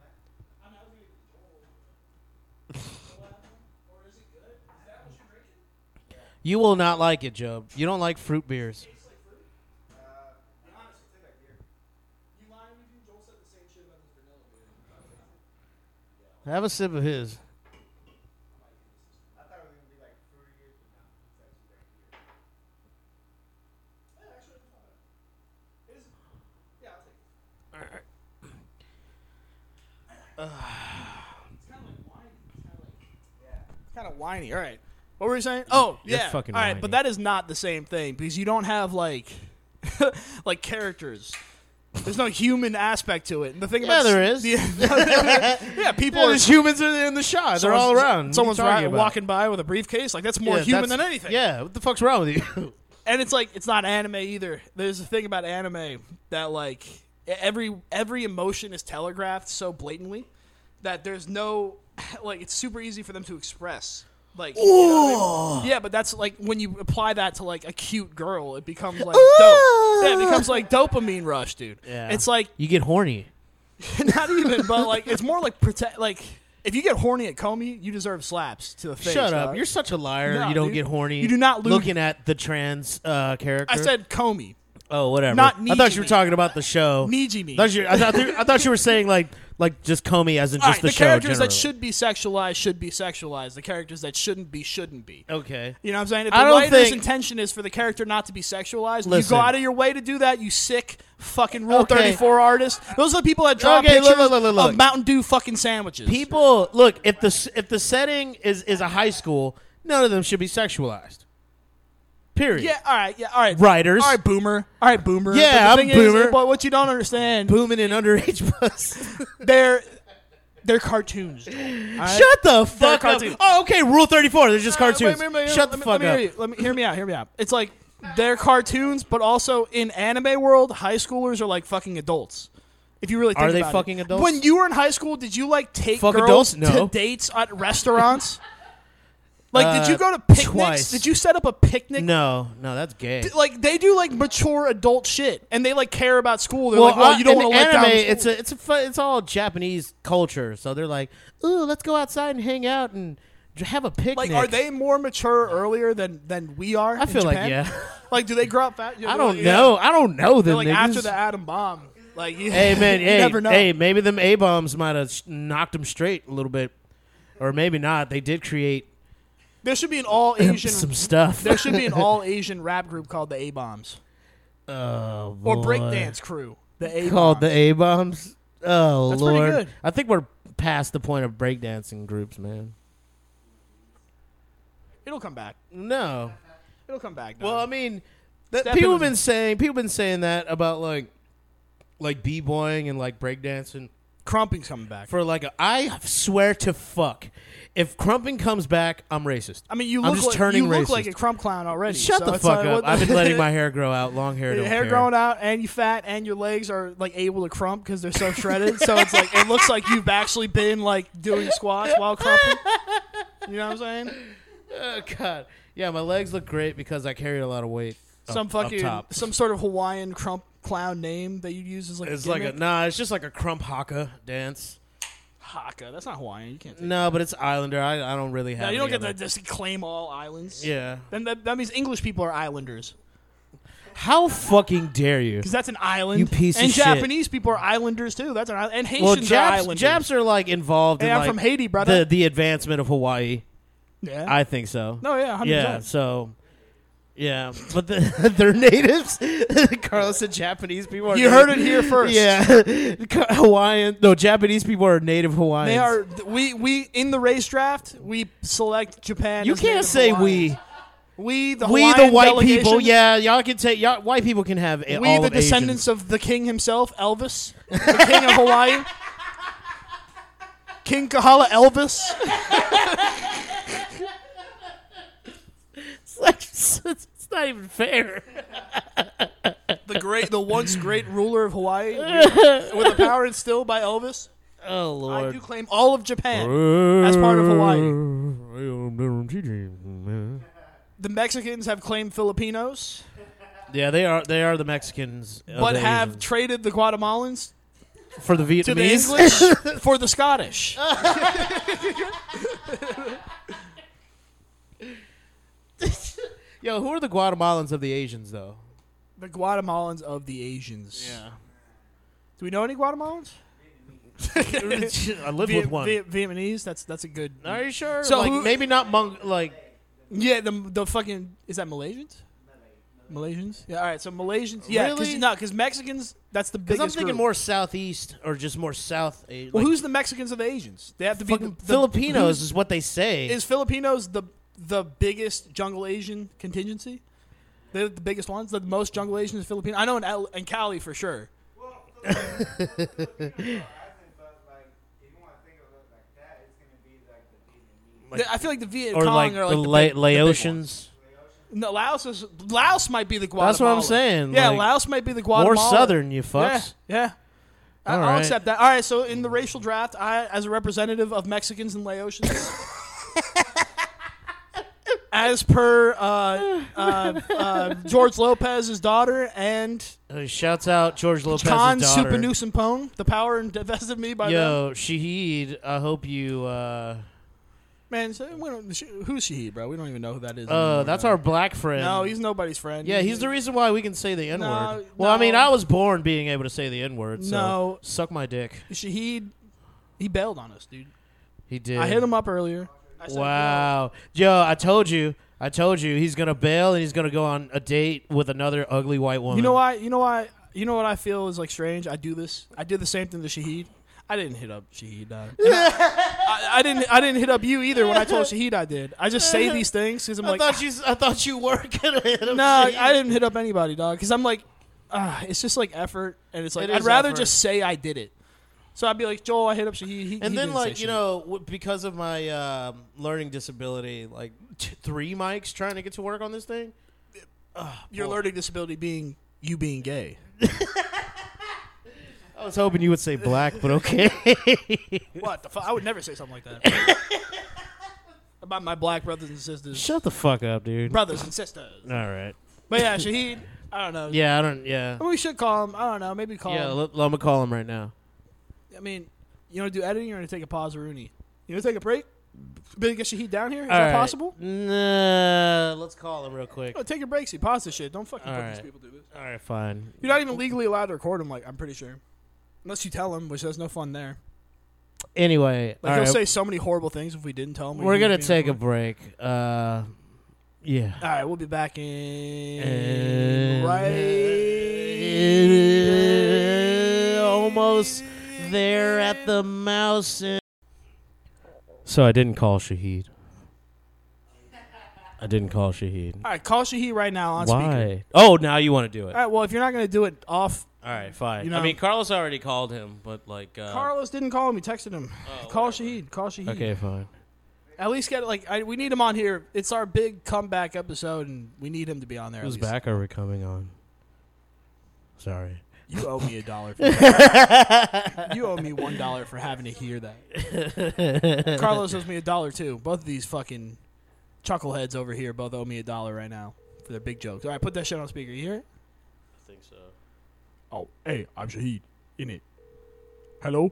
You will not like it, Job. You don't like fruit beers. Have a sip of his.
kind of whiny. All right. What were you saying? Oh,
You're
yeah.
fucking
All right,
whiny.
but that is not the same thing because you don't have like like characters. There's no human aspect to it. And the thing
Yeah,
about
there is.
Yeah, yeah, people
Yeah,
are
there's humans in the shot. They're all
someone's-
around. What are you
Someone's
talking
ri-
about?
walking by with a briefcase. Like that's more
Yeah,
human
that's-
than anything.
Yeah, what the fuck's wrong with you?
and it's like it's not anime either. There's a thing about anime that like e-, every every emotion is telegraphed so blatantly that there's no like it's super easy for them to express. Like, you know what I mean? yeah, but that's like when you apply that to like a cute girl, it becomes like dope. Yeah, it becomes like dopamine rush, dude.
Yeah.
It's like
you get horny.
not even, but like it's more like protect. Like if you get horny at Comey, you deserve slaps to the face.
Shut up.
dog.
You're such a liar.
No,
you don't
dude.
get horny.
You do not lose-
Looking at the trans uh, character.
I said Comey.
oh, whatever.
not
I thought you were
Nijimi.
talking about the show.
Nijimi.
I thought you, I thought you, I thought you were saying, like, like just Comey as in just
All right, the,
show.
characters that
generally.
should be sexualized should be sexualized. The characters that shouldn't be shouldn't be.
Okay.
You know what I'm saying? If the
I don't
writer's
think-
intention is for the character not to be sexualized,
Listen.
you go out of your way to do that. You sick fucking Rule
Okay.
34 artist. Those are the people that draw
Okay, look,
pictures
look, look, look, look.
of Mountain Dew fucking sandwiches.
People, look, if the, s- if the setting is, is a high school, none of them should be sexualized. Period.
yeah, all right, yeah, all right.
Writers.
All right, boomer. All right, boomer.
Yeah,
But the
I'm
thing is,
boomer.
but what you don't understand,
Booming in underage bus.
they're they're cartoons. Joel.
Shut the fuck up.
cartoons.
Oh, okay. Rule 34. They're just cartoons.
Wait, wait, wait,
Shut
let
the
me- let
fuck
me
up.
Hear you. Let me hear me out. Hear me out. It's like they're cartoons, but also in anime world, high schoolers are like fucking adults. If you really think
Are they
about it.
fucking adults?
When you were in high school, did you like take
Fuck
girls
adults? No.
to dates at restaurants? like, did
Uh,
you go to picnics?
twice.
Did you set up a picnic?
No, no, that's gay.
Like they do like mature adult shit, and they like care about school. They're
well,
like, well,
uh,
you don't
in
want to let
anime,
down. the
it's
school.
a, it's a, fu- it's all Japanese culture. So they're like, ooh, let's go outside and hang out and j- have a picnic.
like, are they more mature earlier than than we are?
I feel
in
like
Japan?
yeah.
Like, do they grow up fast?
I don't know. I don't know them.
They're like
niggas.
after the atom bomb. Like you,
Hey man,
you
hey,
never know.
hey, maybe them A bombs might have sh- knocked them straight a little bit, or maybe not. They did create
There should be an all Asian.
some stuff.
there should be an all Asian rap group called the A Bombs
oh,
or
boy.
breakdance crew. The A
called the A bombs. Oh
That's pretty
lord,
good.
I think we're past the point of breakdancing groups, man.
It'll come back.
No,
It'll come back.
well, I
dog.
mean, that,
Step
people have
into
been saying people been saying that about like like b boying and like breakdancing
Crumping's coming back.
for like a, I swear to fuck, if crumping comes back, I'm racist.
I mean, you
I'm
look
just
like
turning
you look
racist.
like a crump clown already.
Shut
so
the
it's
fuck
like,
up!
what the-
I've been letting my hair grow out, long hair.
Your
don't
hair
care.
growing out, and you fat, and your legs are like able to crump because they're so shredded. so it's like it looks like you've actually been like doing squats while crumping. You know what I'm saying?
Oh god, yeah, my legs look great because I carried a lot of weight. up-
Some
up
fucking
top.
some sort of Hawaiian crump clown name that you'd use as like
It's
a
like a
gimmick?
nah. It's just like a crump haka dance.
Haka. That's not Hawaiian. You can't. Take
No, but it's Islander. I, I don't really have.
no, you don't
Mm. any
get to
other-
just claim all islands.
Yeah.
Then that, that means English people are islanders.
How fucking dare you?
Because that's an island.
You piece of
and
shit.
Japanese people are islanders too. That's an island. And Haitians
Well,
are
Japs,
islanders.
Japs are like involved
Hey,
in
I'm
like,
from Haiti, brother.
the the advancement of Hawaii.
yeah.
I think so.
no, yeah, 100%.
yeah. So. Yeah, but the, they're natives. Carlos said Japanese people. Are
You heard it here first.
Yeah, Ca- Hawaiian. No, Japanese people are native Hawaiians.
They are we we in the race draft. We select Japan.
You
as
can't
native
say
Hawaiians.
we.
We the
We the
Hawaiian
white
delegation.
people. Yeah, y'all can take. Y'all, white people can have. a-
We
all
the
of Asians.
descendants of the king himself, Elvis, the king of Hawaii, King Kahala Elvis.
it's it's not even fair.
the great, the once great ruler of Hawaii, with with the power instilled by Elvis.
Oh
I
lord.
do claim all of Japan, That's part of
Hawaii.
the Mexicans have claimed Filipinos,
Yeah, they are. They are the Mexicans, of
but
the
have
Asians.
traded the Guatemalans
for the Vietnamese.
to the English for the Scottish.
Yo, who are the Guatemalans of the Asians though?
The Guatemalans of the Asians. Do we know any Guatemalans?
I live
Viet-
with one.
Viet- Vietnamese. That's that's a good.
Are you sure?
So
like
who-
maybe not Hmong. Like
Yeah, the the fucking is that Malaysians? Malaysians. Yeah. All right. So Malaysians. Yeah. Cause,
Really?
no, because Mexicans. That's the
because
biggest.
I'm thinking
group.
more southeast or just more south. eh, Like,
Well, who's the Mexicans of the Asians? They have to be the,
fucking
the-
Filipinos? Is what they say.
who's- Is Filipinos the the biggest jungle Asian contingency? They're the biggest ones. The most jungle Asians is Filipino. I know in L- in Cali for sure.
Like-
I feel like the Viet
or
Cong
like
are like
the,
the
La-
big- the big ones.
Laotians,
No, Laos is Laos might be the Guatemala.
That's what I'm saying,
Yeah,
like,
Laos might be the Guatemala.
more southern. You fucks.
Yeah, yeah. I-
All
I'll
right.
accept that. All right, so in the racial draft, I, as a representative of Mexicans and Laotians, as per uh, uh, uh, George Lopez's daughter and
Uh, shouts out George Lopez's
Khan
daughter.
Supanusampone, the power invested in me by them.
Yo, Shahid, I hope you. Uh,
Man, so we don't, sh- who's she, bro? We don't even know who that is.
uh,
anymore,
that's
bro.
our black friend.
No, he's nobody's friend.
Yeah, he's the reason why we can say the N word.
No,
well, I mean,
no.
I was born being able to say the N word. So
No.
suck my dick.
Shahid, he bailed on us, dude.
He did.
I hit him up earlier. I said,
Wow, Joe, I told you, I told you, he's gonna bail and he's gonna go on a date with another ugly white woman.
You know why? You know why? You know what I feel is like strange. I do this. I did the same thing to Shahid. I didn't hit up Shahid. uh, and I, I, I didn't. I didn't hit up you either when I told Shahid I did. I just say these things because I'm
I
like,
thought you, I thought you were gonna hit him.
no, I didn't hit up anybody, dog. Because I'm like, ah, it's just like effort, and it's like
It
I'd
is
rather
effort.
just say I did it. So I'd be like, Joel, I hit up Shahid. He,
And
he
then,
didn't say
like you
shit.
know, w- because of my um, learning disability, like t- three mics trying to get to work on this thing.
your learning disability being you being gay.
I was hoping you would say black, but okay.
What the fuck? I would never say something like that about my black brothers and sisters.
Shut the fuck up, dude.
Brothers and sisters.
All right.
But yeah, Shahid, I don't know.
Yeah, I don't. Yeah.
Well, we should call him. I don't know. Maybe call
Yeah,
him.
l- I'm gonna call him right now.
I mean, you want to do editing or to take a pause, Rooney? You want to take a break? Maybe get Shahid down here? Is
All
that
right.
possible?
Nah, let's call him real quick.
No, take your breaks. He pause this shit. Don't fucking
All
put
right.
these people through this.
All right, fine.
You're not even legally allowed to record him. Like I'm pretty sure, unless you tell him, which there's no fun there.
Anyway,
Like
all
he'll
right,
say so many horrible things if we didn't tell him.
we're gonna take a break. Uh, yeah.
All right, we'll be back in
And-
right.
Almost there at the mouse. And- so I didn't call Shahid. I didn't call Shahid.
All right, call Shahid right now on
Why?
speaker.
Oh, now you want to do it?
All right, well if you're not gonna do it off
All right, fine.
Uh, You know-
I mean, Carlos already called him, but like, uh,
Carlos didn't call him. He texted him. call Shahid. Call Shahid.
okay, fine.
At least get like I, we need him on here. It's our big comeback episode, and we need him to be on there. at
Whose
least.
back are we coming on? Sorry.
You owe me a dollar. For you owe me one dollar for having to hear that. Carlos owes me a dollar too. Both of these fucking chuckleheads over here both owe me a dollar right now for their big jokes. All right, put that shit on speaker. You hear it?
I think so.
Oh, hey, I'm Shahid. In it. Hello?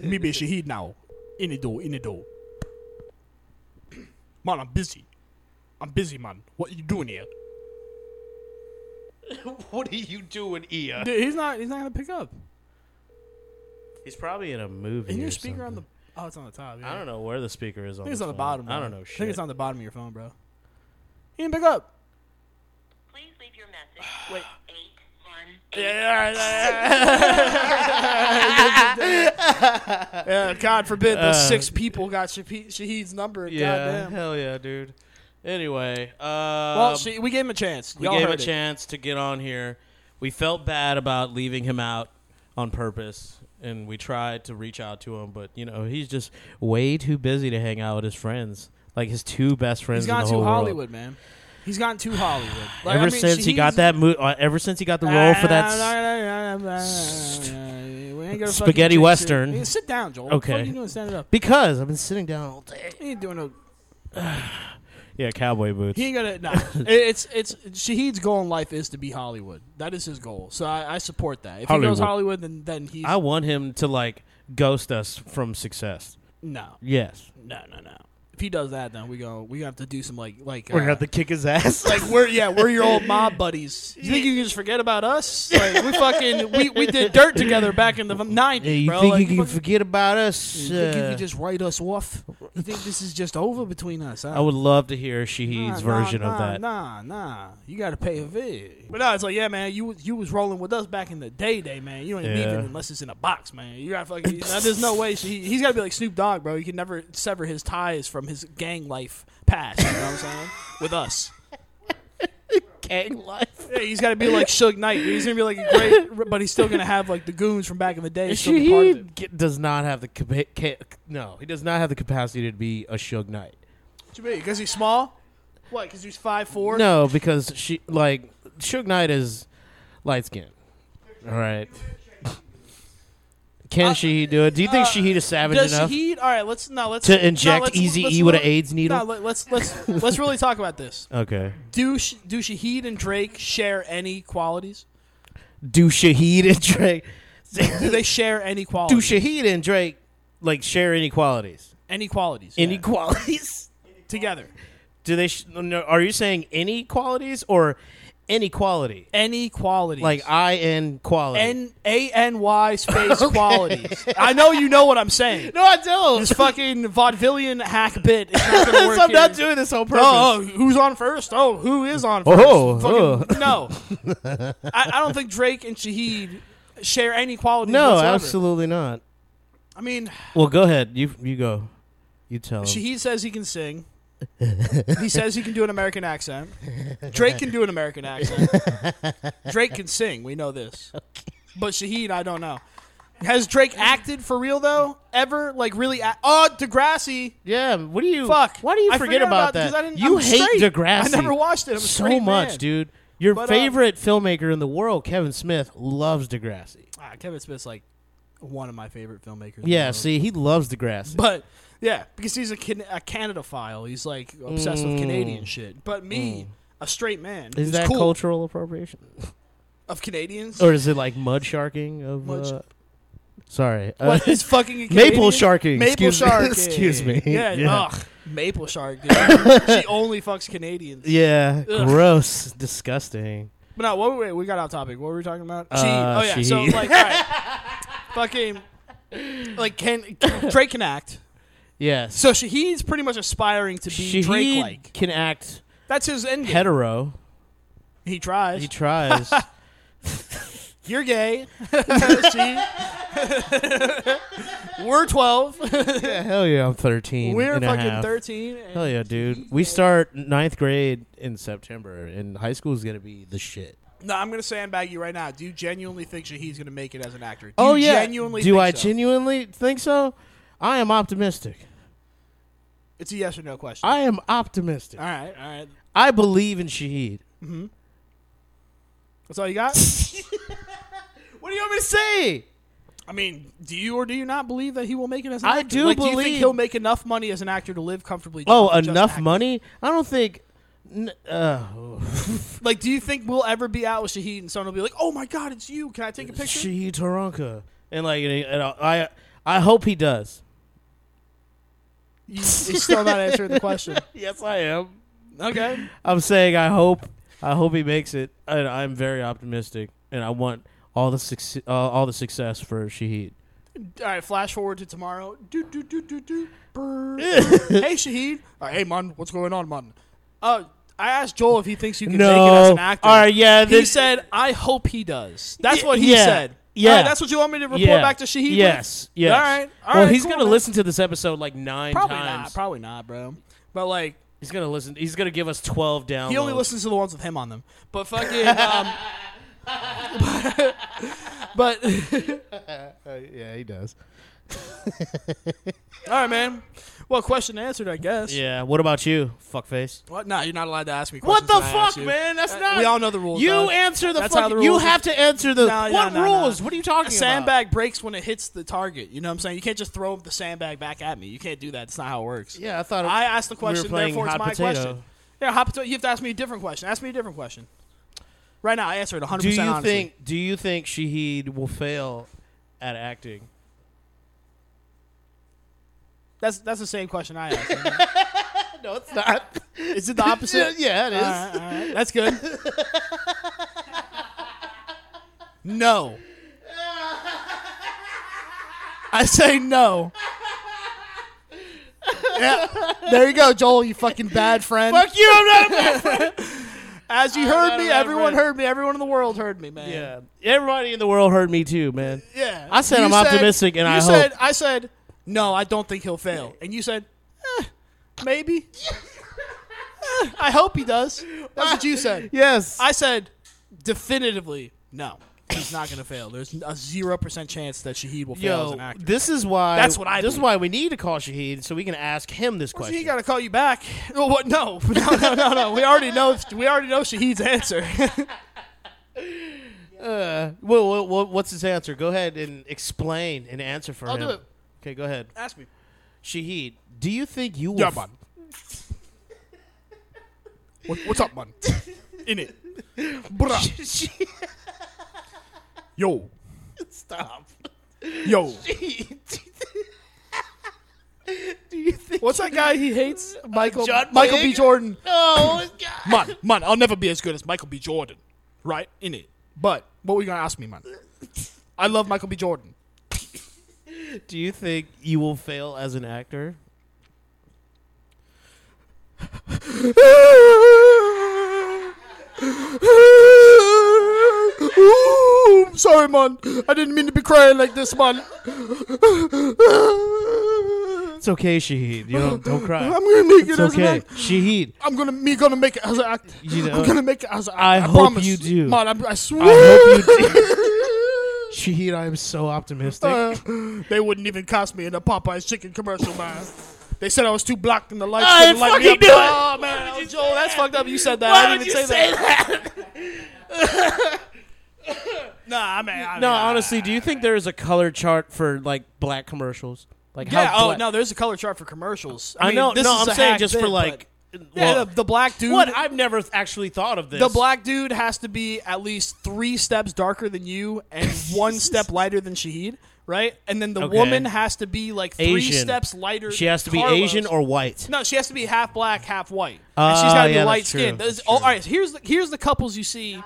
Me be Shahid now. In the door, in the door. Man, I'm busy. I'm busy, man. What you doing here?
what are you doing, Ia?
Dude, he's not. He's not gonna pick up.
He's probably in a movie.
Isn't
or
your speaker on the?
something.
Oh, it's on the top. Yeah.
I don't know where the speaker is on.
I think it's
this
on the
phone.
bottom.
I
bro.
don't know. Shit.
I think it's on the bottom of your phone, bro. He didn't pick up.
Please leave your message.
Wait.
Eight one.
Yeah, God forbid the
Uh,
six people got Shahi- Shahid's number.
yeah,
Goddamn.
hell yeah, dude. Anyway, uh,
Well, she, we gave him a chance.
we
Y'all
gave him
heard
a
it.
chance to get on here. We felt bad about leaving him out on purpose, and we tried to reach out to him, but you know he's just way too busy to hang out with his friends, like his two best friends.
He's
in
gone
the
too
whole world.
Hollywood, man. He's gone too Hollywood. Like,
ever
I mean,
since he got
Shahid's-
that, mo- uh, ever since he got the role for that. s-
We ain't gonna fucking
spaghetti
jinx it.
western.
Yeah, sit down, Joel. Okay. What
Okay.
the fuck you doing standing up?
because I've been sitting down all day.
He ain't doing no.
Yeah, cowboy boots.
He ain't gonna. Nah. It- it's it's Shahid's goal in life is to be Hollywood. That is his goal. So I, I support that. If he goes Hollywood, then then he's
I want him to like ghost us from success.
no
Yes.
no no no. If he does that, then we go. We have to do some like like.
We're gonna
uh,
have to kick his ass.
Like we're yeah we're your old mob buddies. You think you can just forget about us? Like we fucking we, we did dirt together back in the nineties.
Yeah, you
bro.
think
Like,
you can
fucking-
forget about us?
You think you
Uh,
could just write us off? You think this is just over between us?
I would love to hear Shahid's version
nah,
of that.
Nah, nah, you gotta pay a fee. But no, it's like, yeah, man, you was- you was rolling with us back in the day, day, man. You ain't
Yeah.
leaving unless it's in a box, man. You gotta fucking. now, there's no way she, he's gotta be like Snoop Dogg, bro. You can never sever his ties from his gang life past. You know what I'm saying? With us.
Gang life.
Yeah, he's got to be like Suge Knight. He's gonna be like a great, but he's still gonna have like the goons from back in the day. Still be part of it.
Shahid ge- does not have the capa- ca- no, he does not have the capacity to be a Suge Knight.
because he's small. What? Because he's five four.
No, because she like Suge Knight is light skinned. All right. Can Shahid do it? Do you think Shahid is savage
Uh, Does
enough?
Shahid? All right, let's no, let's
To
no,
inject
let's-
Eazy-E
let's
with an
really-
AIDS needle?
No, let, let's let's let's really talk about this.
okay.
Do Sh- do Shahid and Drake share any qualities?
Do Shahid and Drake?
Do they share any
do
qualities?
Shahid and Drake like share inequalities?
any qualities? yeah.
Inequalities?
together.
Do they? Sh- no, are you saying inequalities or inequality?
Any qualities?
Like I n quality?
N A N Y space qualities. I know you know what I'm saying.
no, I don't.
This fucking vaudevillian hack bit is not gonna work.
I'm not
here.
doing this on purpose.
Oh, oh, who's on first? Oh, who is on first?
Oh,
Fucking- No. I, I don't think Drake and Shahid share any qualities
no,
whatsoever.
absolutely not.
I mean,
Well, go ahead. You you go. You tell. him.
Shahid says he can sing. he says he can do an American accent. Drake can do an American accent. Drake can sing. We know this. But Shahid, I don't know. Has Drake acted for real though? Ever like really? Act- oh, Degrassi.
yeah. What do you?
Fuck.
Why do you
I
forget
forgot
about,
about it 'cause
that?
I didn't-
you
I'm
hate
straight.
Degrassi.
I never watched it. I'm a
so
straight
much,
man.
dude. Your
But, um,
favorite filmmaker in the world, Kevin Smith, loves Degrassi.
Ah, Kevin Smith's like one of my favorite filmmakers. in the
Yeah,
world.
see, he loves Degrassi.
But yeah, because he's a, can- a Canada file. He's like obsessed with Canadian shit. But me, a straight man,
Mm. Is
who's
that
cool
cultural appropriation,
of Canadians?
or is it like mud sharking of?
Mud
uh, sorry, uh,
What is fucking a Canadian?
maple sharking.
Maple
excuse
sharking.
Me. excuse me.
Yeah,
yeah,
Ugh, maple shark. Dude. she only fucks Canadians.
Yeah,
Ugh.
gross, disgusting.
But no, what, wait, we got off topic. What were we talking about?
Uh,
She. Oh yeah. So
she.
like, all right, fucking, like can Drake can act.
Yes,
So she, he's pretty much aspiring to be
Shahid
Drake like.
can act
That's his end. game.
hetero.
He tries.
He tries.
You're gay. she. We're 12.
yeah, hell yeah, I'm 13.
We're
and a
fucking
half. Uh,
13. and-
Hell yeah, dude. We start ninth grade in September, and high school is gonna be the shit.
No, I'm going to sandbag you right now. Do you genuinely think that he's going to make it as an actor? Do
oh
you
yeah.
Genuinely
Do
think
I
so?
genuinely think so? I am optimistic.
It's a yes or no question.
I am optimistic.
all right, all right.
I believe in Shahid.
That's all you got?
What do you want me to say?
I mean, do you or do you not believe that he will make it as an
I
actor?
do
like, Do you think
believe-
he'll make enough money as an actor to live comfortably?
Oh,
off of just
enough
acting?
money? I don't think. N- uh,
Like, do you think we'll ever be out with Shahid and someone will be like, oh my God, it's you. Can I take a picture?
Shahid Taranka. And like, and, and I, I hope he does.
You- He's still not answering the question.
Yes, I am.
Okay.
I'm saying I hope I hope he makes it. And I'm very optimistic, and I want all the success, uh, all the success for Shahid.
All right, flash forward to tomorrow. Do do do do do. Brr. hey Shahid. All right, hey man, what's going on, man? Uh, I asked Joel if he thinks you can
No.
make it as an actor.
All right, yeah,
He
this-
said, "I hope he does." That's
Y-
what he
yeah,
said.
yeah.
All right, that's what you want me to report back to Shahid. with?
Yes, yes.
All right. All
well,
right,
he's
cool,
gonna
man.
listen to this episode like nine
Probably
times.
not. Probably not, bro. But like,
he's gonna listen. He's gonna give us twelve downloads.
He only listens to the ones with him on them. But fucking. Um, but,
Uh,
yeah, he does.
all right, man. Well, question answered, I guess.
Yeah. What about you, fuckface?
What? Nah, you're not allowed to ask me.
What
Questions
the
when I ask
fuck,
you.
man? That's
Uh,
not.
We all know the rules.
You
dog.
answer the
That's how
fucking.
the
you
rules
have
are.
to answer the.
No, yeah,
what
no, no.
rules? What are you talking
A
about?
sandbag breaks when it hits the target. You know what I'm saying? You can't just throw the sandbag back at me. You can't do that. It's not how it works.
Yeah, I thought.
I asked the
were
question,
playing
therefore it's
hot
my
potato.
question. Yeah, hot potato. You have to ask me a different question. Ask me a different question. Right now, I answer it 100%
Do you
honestly.
think? Do you think Shahid will fail at acting?
That's, that's the same question I asked.
no, it's not.
Is it the opposite?
yeah, it is.
All right, all right. That's good. no. I say no. Yeah. There you go, Joel, you fucking bad friend.
Fuck you! I'm not.
As you
not
heard me,
a bad
everyone
friend.
heard me, everyone in the world heard me, man.
yeah. Everybody in the world heard me too, man.
Yeah.
I said
You
I'm optimistic and
you
I hope.
said, I said, no, I don't think he'll fail. And you said, eh, maybe. Eh, I hope he does. That's what you said.
Yes.
I said definitively no. He's not going to fail. There's a zero percent chance that Shahid will fail as an
Yo,
actor.
this is why.
That's what I
This is
believe.
why we need to call Shahid so we can ask him this question.
He got to call you back. Oh, what? No, no, no, no, no. We already know. We already know Shahid's answer.
uh, well, well, well, what's his answer? Go ahead and explain and answer for
I'll
him.
do it.
Okay, go ahead.
Ask me.
Shahid, do you think you will?
Yeah,
f-
man. What, what's up, man? In it, bruh. Yo,
Stop.
yo.
Do you think?
What's that guy he hates? Michael.
Uh, John
Michael B.
Boyega?
Jordan.
No, God.
man, man, I'll never be as good as Michael B. Jordan, right? In it. But what were you gonna ask me, man? I love Michael B. Jordan.
Do you think you will fail as an actor?
Ooh, I'm sorry, man. I didn't mean to be crying like this, man.
It's okay, Shahid. You don't don't cry.
I'm gonna make it
it's
as an
okay,
act-
Shahid.
I'm gonna me gonna make it as an act.
You know,
I'm gonna make it as an act.
I hope
promise.
you do.
man. I, I
I
swear.
hope you. do. Shahid, I am so optimistic.
Uh, they wouldn't even cost me in a Popeye's chicken commercial, man. They said I was too black in the lights.
I
couldn't light me
fucking
up.
knew it.
Oh man, Joel, that's fucked up. You said that. I
Why
didn't even
would you
say, that.
say that?
Nah, I mean, I
No,
mean,
honestly, do you think there is a color chart for like black commercials? Like
Yeah.
how?
oh
black-
no, there's a color chart for commercials.
I,
mean,
know.
This
no,
is
I'm
a
saying
hack
just for
bit,
like.
but- yeah,
well,
the, the black dude.
what? I've never th- actually thought of this.
the black dude has to be at least three steps darker than you and one step lighter than Shahid, right? And then the
Okay.
woman has to be like three
Asian.
steps lighter.
She
than
has to be
Carlos.
Asian or white.
No, she has to be half black, half white, and
Ah,
she's got to
yeah,
be light
that's true,
skinned. oh,
that's
all right, here's the here's the couples you see. All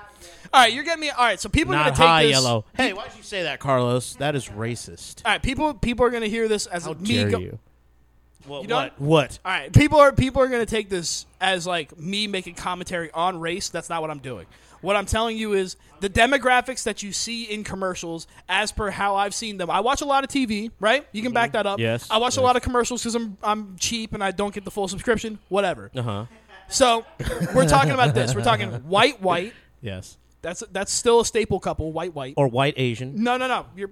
right, you're getting me. All right, so people are
Not
gonna take
high
this.
yellow. Hey, why'd you say that, Carlos? That is racist.
All right, people people are gonna hear this as a me
Dare
go-
you? What?
You
what?
don't-
What?
All right, people are people are gonna take this as like me making commentary on race. That's not what I'm doing. What I'm telling you is the demographics that you see in commercials, as per how I've seen them. I watch a lot of TV, right? You can back that up.
Mm-hmm. Yes,
I watch a
yes.
lot of commercials because I'm I'm cheap and I don't get the full subscription. Whatever.
Uh huh.
So we're talking about this. We're talking white white.
Yes.
That's that's still a staple couple. White white.
Or white Asian.
No no no. You're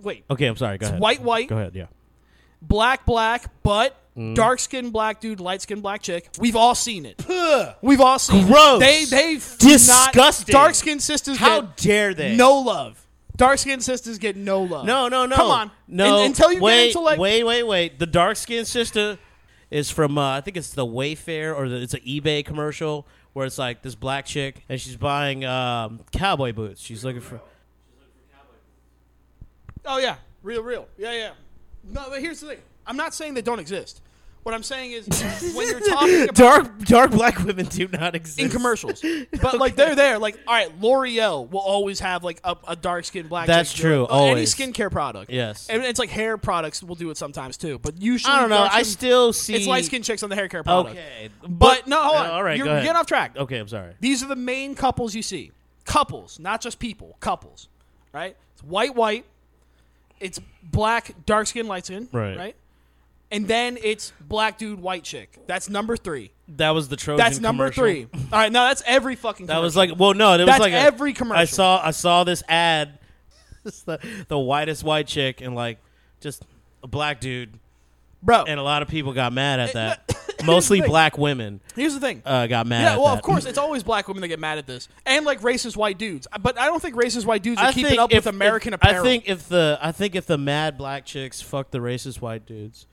wait.
Okay, I'm sorry. Go ahead.
white, white.
Go ahead. Yeah.
black black but
Mm.
dark skinned black dude light skinned black chick we've all seen it we've all seen
Gross.
it. they they
Disgusting.
dark skinned sisters
How
get
dare they?
no love dark skinned sisters get no love
No, no, no.
come on
No.
Un- until you
wait,
get into like
wait, wait, wait. The dark skinned sister is from uh, I think it's the Wayfair or the, it's an eBay commercial where it's like this black chick and she's buying um, cowboy boots. She's looking for.
oh yeah real real yeah yeah no but here's the thing I'm not saying they don't exist What I'm saying is when you're talking about
dark dark black women do not exist
in commercials, but like they're there. Like all right, L'Oreal will always have like a, a dark skinned black.
That's
chick doing-
true,
uh,
always.
Any skincare product.
Yes.
And it's like hair products will do it sometimes too, but usually
I don't know.
dark
I
skin-
still see
it's light skinned chicks on the hair care product.
Okay,
But, no, hold on.
all right,
you're
go ahead.
getting off track.
Okay, I'm sorry.
These are the main couples you see. Couples, not just people. Couples, right? It's white, white. It's black, dark skin, light skin,
Right.
Right. And then it's black dude, white chick. That's number three.
That was the Trojan.
That's number
commercial.
three. All right, no, that's every fucking.
That was
commercial.
like, well, no, it was
That's
like a-
every commercial.
I saw, I saw this ad, It's the, the whitest white chick, and like just a black dude,
bro.
and a lot of people got mad at that. Mostly black women
here's the thing.
uh, got mad.
yeah,
at
well,
that.
of course, it's always black women that get mad at this, and like racist white dudes. But I don't think racist white dudes are
I
keeping
think
up
if-
with American
if-
apparel.
I think if the, I think if the mad black chicks fuck the racist white dudes,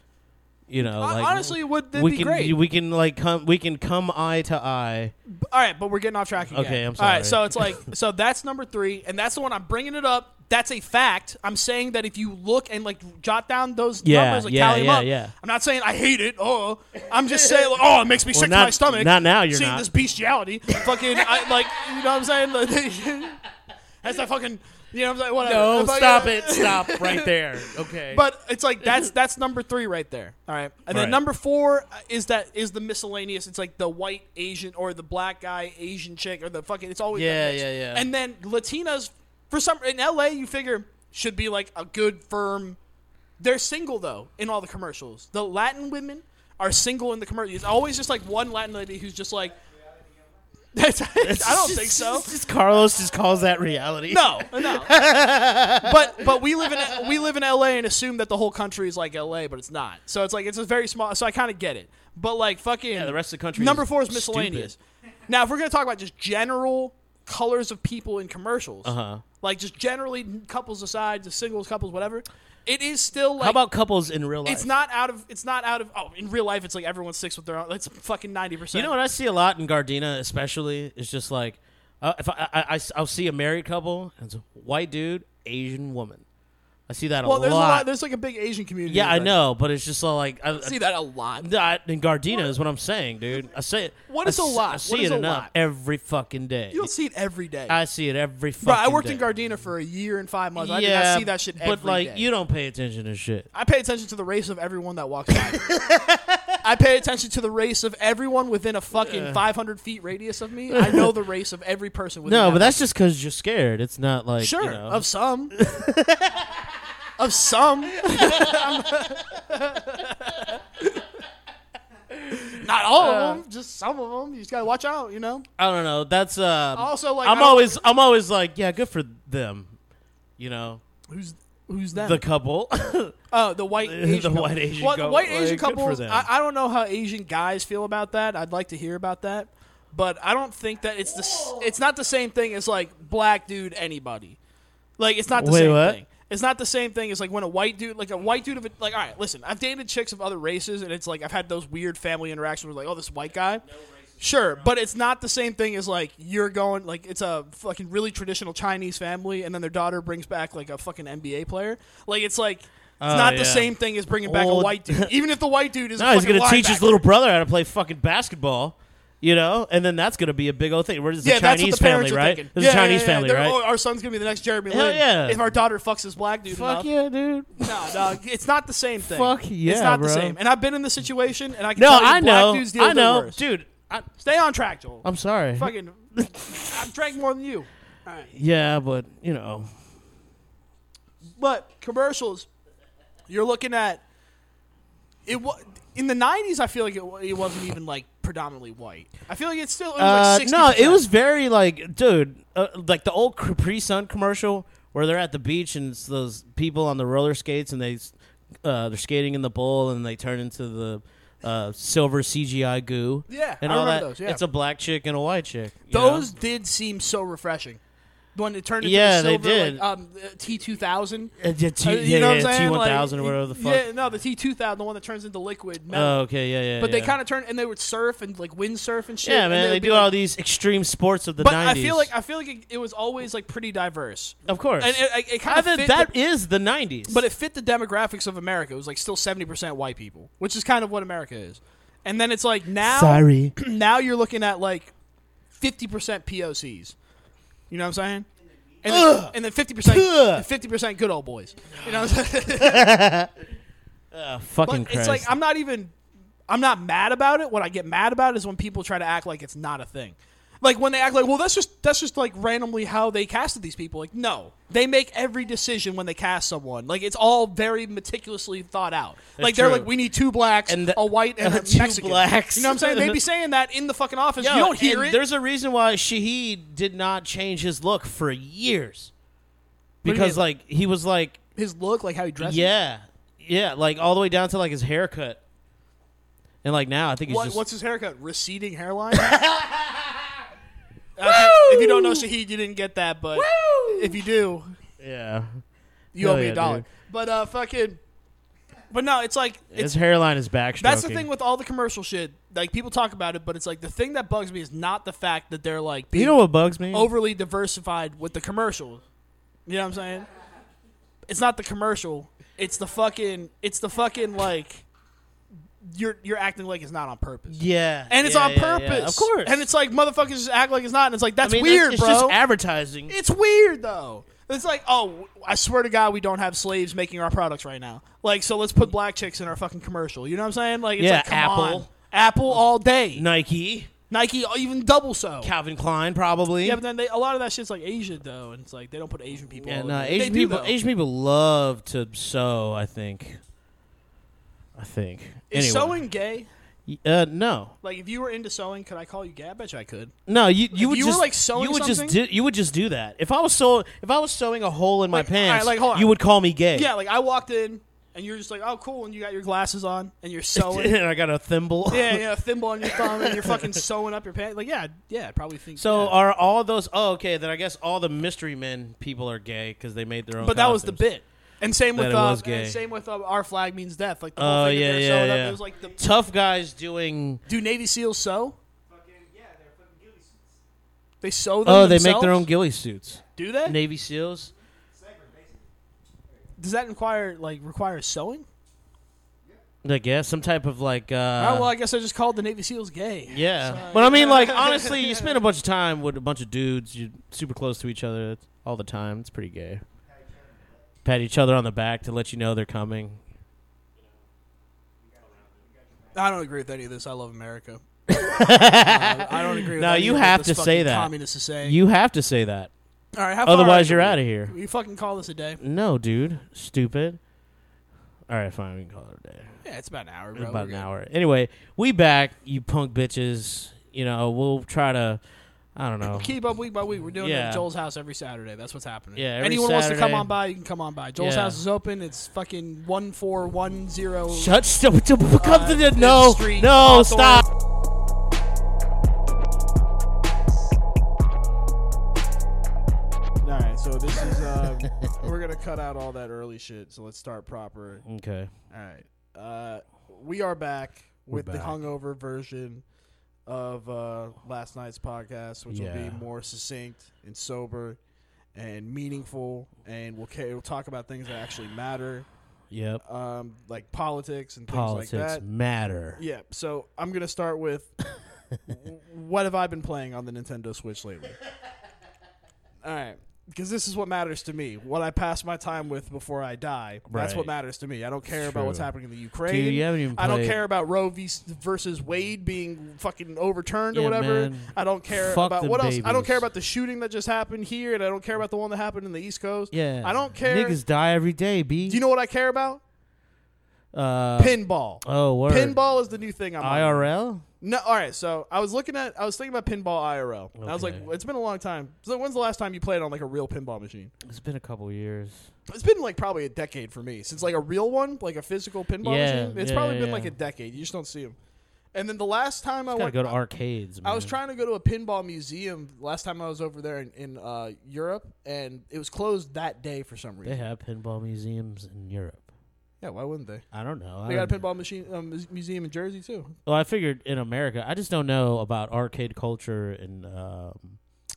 you know,
Hon-
like
honestly, it would that'd
we
be
can
great.
we can like come we can come eye to eye.
All right, but we're getting off track again.
Okay, I'm
All right, so
sorry.
it's like so that's number three, and that's the one I'm bringing it up. That's a fact. I'm saying that if you look and like jot down those
Yeah,
numbers, like
yeah,
tally
yeah,
them up.
yeah.
I'm not saying I hate it. Oh, I'm just saying, like, oh, it makes me sick to
not-
my stomach.
not now, you're
seeing
not.
this bestiality. fucking, I, like you know what I'm saying. that's that fucking. You know what I'm saying? Whatever. But, yeah.
Stop right there. Okay.
But it's like that's that's number three right there. All right, and then
Right.
number four is that is the miscellaneous. It's like the white Asian or the black guy Asian chick or the fucking. It's always that
Yeah,
mix.
yeah, yeah.
And then Latinas for some in L.A. You figure should be like a good firm. They're single though in all the commercials. The Latin women are single in the commercial. It's always just like one Latin lady who's just like. That's, I don't think so.
Carlos just calls that reality.
No, no. but but we live in we live in LA and assume that the whole country is like LA, but it's not. So it's like it's a very small. So I kind of get it. But like fucking
the rest of the country
Number
is
four is miscellaneous. Now if we're gonna talk about just general colors of people in commercials,
Uh-huh.
like just generally couples aside, just singles, couples, whatever. It is still like
How about couples in real life?
it's not out of it's not out of oh in real life it's like everyone sticks with their own. It's fucking ninety
You
percent.
know what I see a lot in Gardena, especially, is just like uh, if I, I, will see a married couple, and it's a white dude, Asian woman. I see that
well,
a,
there's
lot.
a lot. There's like a big Asian community.
yeah, I
right?
know, but it's just all like I,
See that a lot.
I, in Gardena is what I'm saying, dude. I say it.
What
I
is a
s-
lot?
I
What
see
is
it
a
enough
lot?
every fucking day.
You don't see it every day.
I see it every fucking
Bro, I worked
day.
in Gardena for a year and five months. I did
yeah,
not see that shit every
But like,
day.
you don't pay attention to shit.
I pay attention to the race of everyone that walks by. I pay attention to the race of everyone within a fucking 500 feet radius of me. I know the race of every person within
No,
that
but that's just because you're scared. It's not like
Sure,
You know.
of some. of some. Not all
Uh,
of them, just some of them. You just gotta watch out, you know.
I don't know. That's uh.
Also, like, I
I'm
don't-
always I'm always like yeah, good for them. You know
Who's who's that?
the couple.
Oh, the white
The
Asian couple.
white Asian
well, the
couple.
white
Like,
Asian
good for
couples.
them.
I, I don't know how Asian guys feel about that. I'd like to hear about that, but I don't think that it's the s- it's not the same thing as like black dude anybody. Like it's not the
Wait,
same
what?
thing. It's not the same thing as like when a white dude, like a white dude of a, like, all right, listen, I've dated chicks of other races, and it's like I've had those weird family interactions with like, oh, this white guy. Sure, but it's not the same thing as like you're going like it's a fucking really traditional Chinese family, and then their daughter brings back like a fucking NBA player. Like it's like it's not
Oh, yeah.
the same thing as bringing back a
Well,
white dude, even if the white dude is.
no,
a
he's
fucking
gonna teach his
linebacker.
little brother how to play fucking basketball. You know, and then that's gonna be a big old thing. Where's the
Yeah, that's what
Chinese
the parents
family,
are
right?
thinking.
This
yeah,
is a Chinese
yeah, yeah,
family,
They're,
right?
"Oh, our son's gonna be the next Jeremy
Hell
Lin.
yeah.
If our daughter fucks this black dude, enough.
Fuck yeah, dude.
No, no, it's not the same thing.
Fuck
it's
yeah,
not the
bro.
same. And I've been in this situation, and I can
No,
tell you,
I
black
know,
dudes deal
I
with it
know,
worse.
dude. I,
Stay on track, Joel.
I'm sorry.
fucking. I've drank more than you. All right.
Yeah, but you know,
But commercials, you're looking at it. wa In the '90s, I feel like it, wa- it wasn't even like predominantly white. I feel like it's still. It was
uh,
like 60%.
no, it was very like, dude, uh, like the old Capri Sun commercial where they're at the beach and it's those people on the roller skates and they s- uh, they're skating in the bowl and they turn into the uh, silver CGI goo.
Yeah,
and
I
all
remember
that.
those, yeah.
It's a black chick and a white chick. you know?
Those did seem so refreshing. one that turned into
Yeah,
a
they
silver,
did.
Like, um, T two thousand.
Uh, yeah, T-
Uh,
yeah,
you know
yeah,
what I'm saying? Like,
T1000 or whatever the fuck.
Yeah, no, the T two thousand, the one that turns into liquid metal.
oh, okay, yeah, yeah.
but they
yeah.
kind of turned and they would surf and like windsurf and shit.
Yeah,
and
man,
they'd
they
be
do
like-
all these extreme sports of the
But
90s.
I feel like I feel like it, it was always like pretty diverse,
of course.
and it, it, kind
I
of
think
fit
that
the,
is the 90s.
but it fit the demographics of America. It was like still seventy percent white people, which is kind of what America is. And then it's like now,
Sorry.
now you're looking at like fifty percent POCs. You know what I'm saying? And then,
Ugh.
and then 50%
Ugh.
50% good old boys. You know what I'm saying?
Uh, fucking
But it's like I'm not even I'm not mad about it. What I get mad about is when people try to act like it's not a thing. Like when they act like, well, that's just that's just like randomly how they casted these people. Like, no, they make every decision when they cast someone. Like, it's all very meticulously thought out. like, they're
true.
like, we need two blacks,
And the-
a white, and
uh,
a
two
Mexican.
blacks.
You know what I'm saying? They be saying that in the fucking office.
Yo,
you don't hear
and
it.
There's a reason why Shahid did not change his look for years.
do you
Because
mean?
like he was like,
His look, like how he dresses.
yeah, yeah, like all the way down to like his haircut. And like now, I think he's
What,
just
what's his haircut? Receding hairline. Uh, if you don't know Shahid, you didn't get that. But if you do,
yeah.
You
Hell
owe me
yeah,
a dollar.
dude.
But uh, fucking. But no, it's like
His
it's
hairline is backstroking.
that's the thing with all the commercial shit. Like people talk about it, but it's like the thing that bugs me is not the fact that they're like being
you know what bugs me?
overly diversified with the commercial. You know what I'm saying? It's not the commercial. It's the fucking. It's the fucking like. You're you're acting like it's not on purpose.
yeah,
And it's
yeah,
on
yeah, yeah,
purpose,
of course.
And it's like motherfuckers just act like it's not, and it's like
I
that's
mean,
weird,
it's
bro.
just advertising.
It's weird though. It's like, oh, I swear to God, we don't have slaves making our products right now. Like, so let's put black chicks in our fucking commercial. You know what I'm saying? Like, it's
Yeah,
like, come
Apple.
on. Apple all day,
Nike,
Nike even double so.
Calvin Klein, probably.
yeah, but then they, a lot of that shit's like Asia though, and it's like they don't put Asian people.
Yeah,
all
no,
over it.
uh, Asian
They do,
people.
though.
Asian people love to sew. I think. I think.
Is
anyway.
sewing gay?
Y- Uh, no,
Like, if you were into sewing, could I call you gay? I bet you I could.
no. You you would
you were,
just
like, sewing
you would just
something-
do, you would just do that. If I was sew if I was sewing a hole in my
Like,
pants,
alright, like, hold on.
you would call me gay.
Yeah, like I walked in and you're just like, oh, cool, and you got your glasses on and you're sewing.
and I got a thimble.
yeah, yeah, a thimble on your thumb and you're fucking sewing up your pants. Like, yeah, yeah, I probably think.
So
yeah.
are all those? Oh, okay. Then I guess all the mystery men people are gay because they made their own.
But that was the
costumes.
bit. And same
That
with
it
uh,
was gay.
and same with uh, our flag means death. Like the whole
Oh
thing that
yeah,
they were
yeah,
sewing
yeah.
up, It was like the
tough guys doing.
do Navy SEALs sew?
Fucking yeah, they're fucking ghillie suits.
They sew them.
Oh, they make their
themselves?
own ghillie suits.
Do they?
Navy SEALs.
Cyber basically.
Does that require like require sewing?
I guess some type of like. Uh,
All right, Oh, well, I guess I just called the Navy SEALs gay.
Yeah, but I mean, like honestly, you spend a bunch of time with a bunch of dudes. You're super close to each other it's- all the time. It's pretty gay. Pat each other on the back to let you know they're coming.
I don't agree with any of this. I love America. Uh, I don't agree. with
No,
any
you
of what
have
this
to say
fucking
that.
Communist is saying.
You have to say that,
All right, how far
otherwise
out
you're
are we?
out of here.
We fucking call this a day.
No, dude, stupid. All right, fine. We can call it a day.
Yeah, it's about an hour.
It was
Bro.
about
We're
an
good.
hour. Anyway, we back. You punk bitches. You know, we'll try to. I don't know.
Keep up week by week. We're doing it
Yeah.
at Joel's house every Saturday. That's what's happening.
Yeah, every
Anyone wants to come
Saturday.
on by, you can come on by. Joel's
Yeah.
house is open. It's fucking one four one zero.
Shut stop. Come
Uh,
to the
it's
no,
street,
no,
Hawthorne.
stop.
All right, so this is uh, we're gonna cut out all that early shit. So let's start proper.
Okay.
All right, uh, we are back with the
back.
hungover version of uh, last night's podcast, which will be
Yeah.
more succinct and sober and meaningful, and we'll ca- we'll talk about things that actually matter,
Yep.
um, like politics and
Politics
things like that.
matter.
Yeah, so I'm gonna start with w- what have I been playing on the Nintendo Switch lately? All right, because this is what matters to me. What I pass my time with before I die. That's what
Right.
matters to me. I don't care
It's
about what's
true.
happening in the Ukraine.
Dude, you haven't even
I don't
played-
care about Roe v- versus Wade being fucking overturned or
Yeah,
whatever.
man.
I don't care
Fuck
about
them
what else. I don't
babies.
care about the shooting that just happened here, and I don't care about the one that happened in the East Coast.
Yeah.
I don't care.
Niggas die every day, B.
Do you know what I care about?
uh,
Pinball.
Oh, word.
Pinball is the new thing I'm on.
IRL?
No, all right. So I was looking at, I was thinking about pinball IRL. And I was like,
Okay.
it's been a long time. So when's the last time you played on like a real pinball machine?
It's been a couple years.
It's been like probably a decade for me since like a real one, like a physical pinball
Yeah,
machine. It's
yeah,
probably
yeah,
been
yeah.
like a decade. You just don't see them. And then the last time I
Gotta
went,
go to arcades.
I was
man.
trying to go to a pinball museum last time I was over there in, in uh, Europe, and it was closed that day for some
They
reason.
have pinball museums in Europe.
Yeah, why wouldn't they?
I don't know. I
They got a
don't-
pinball machine um, mus- museum in Jersey too.
Well, I figured in America, I just don't know about arcade culture in um,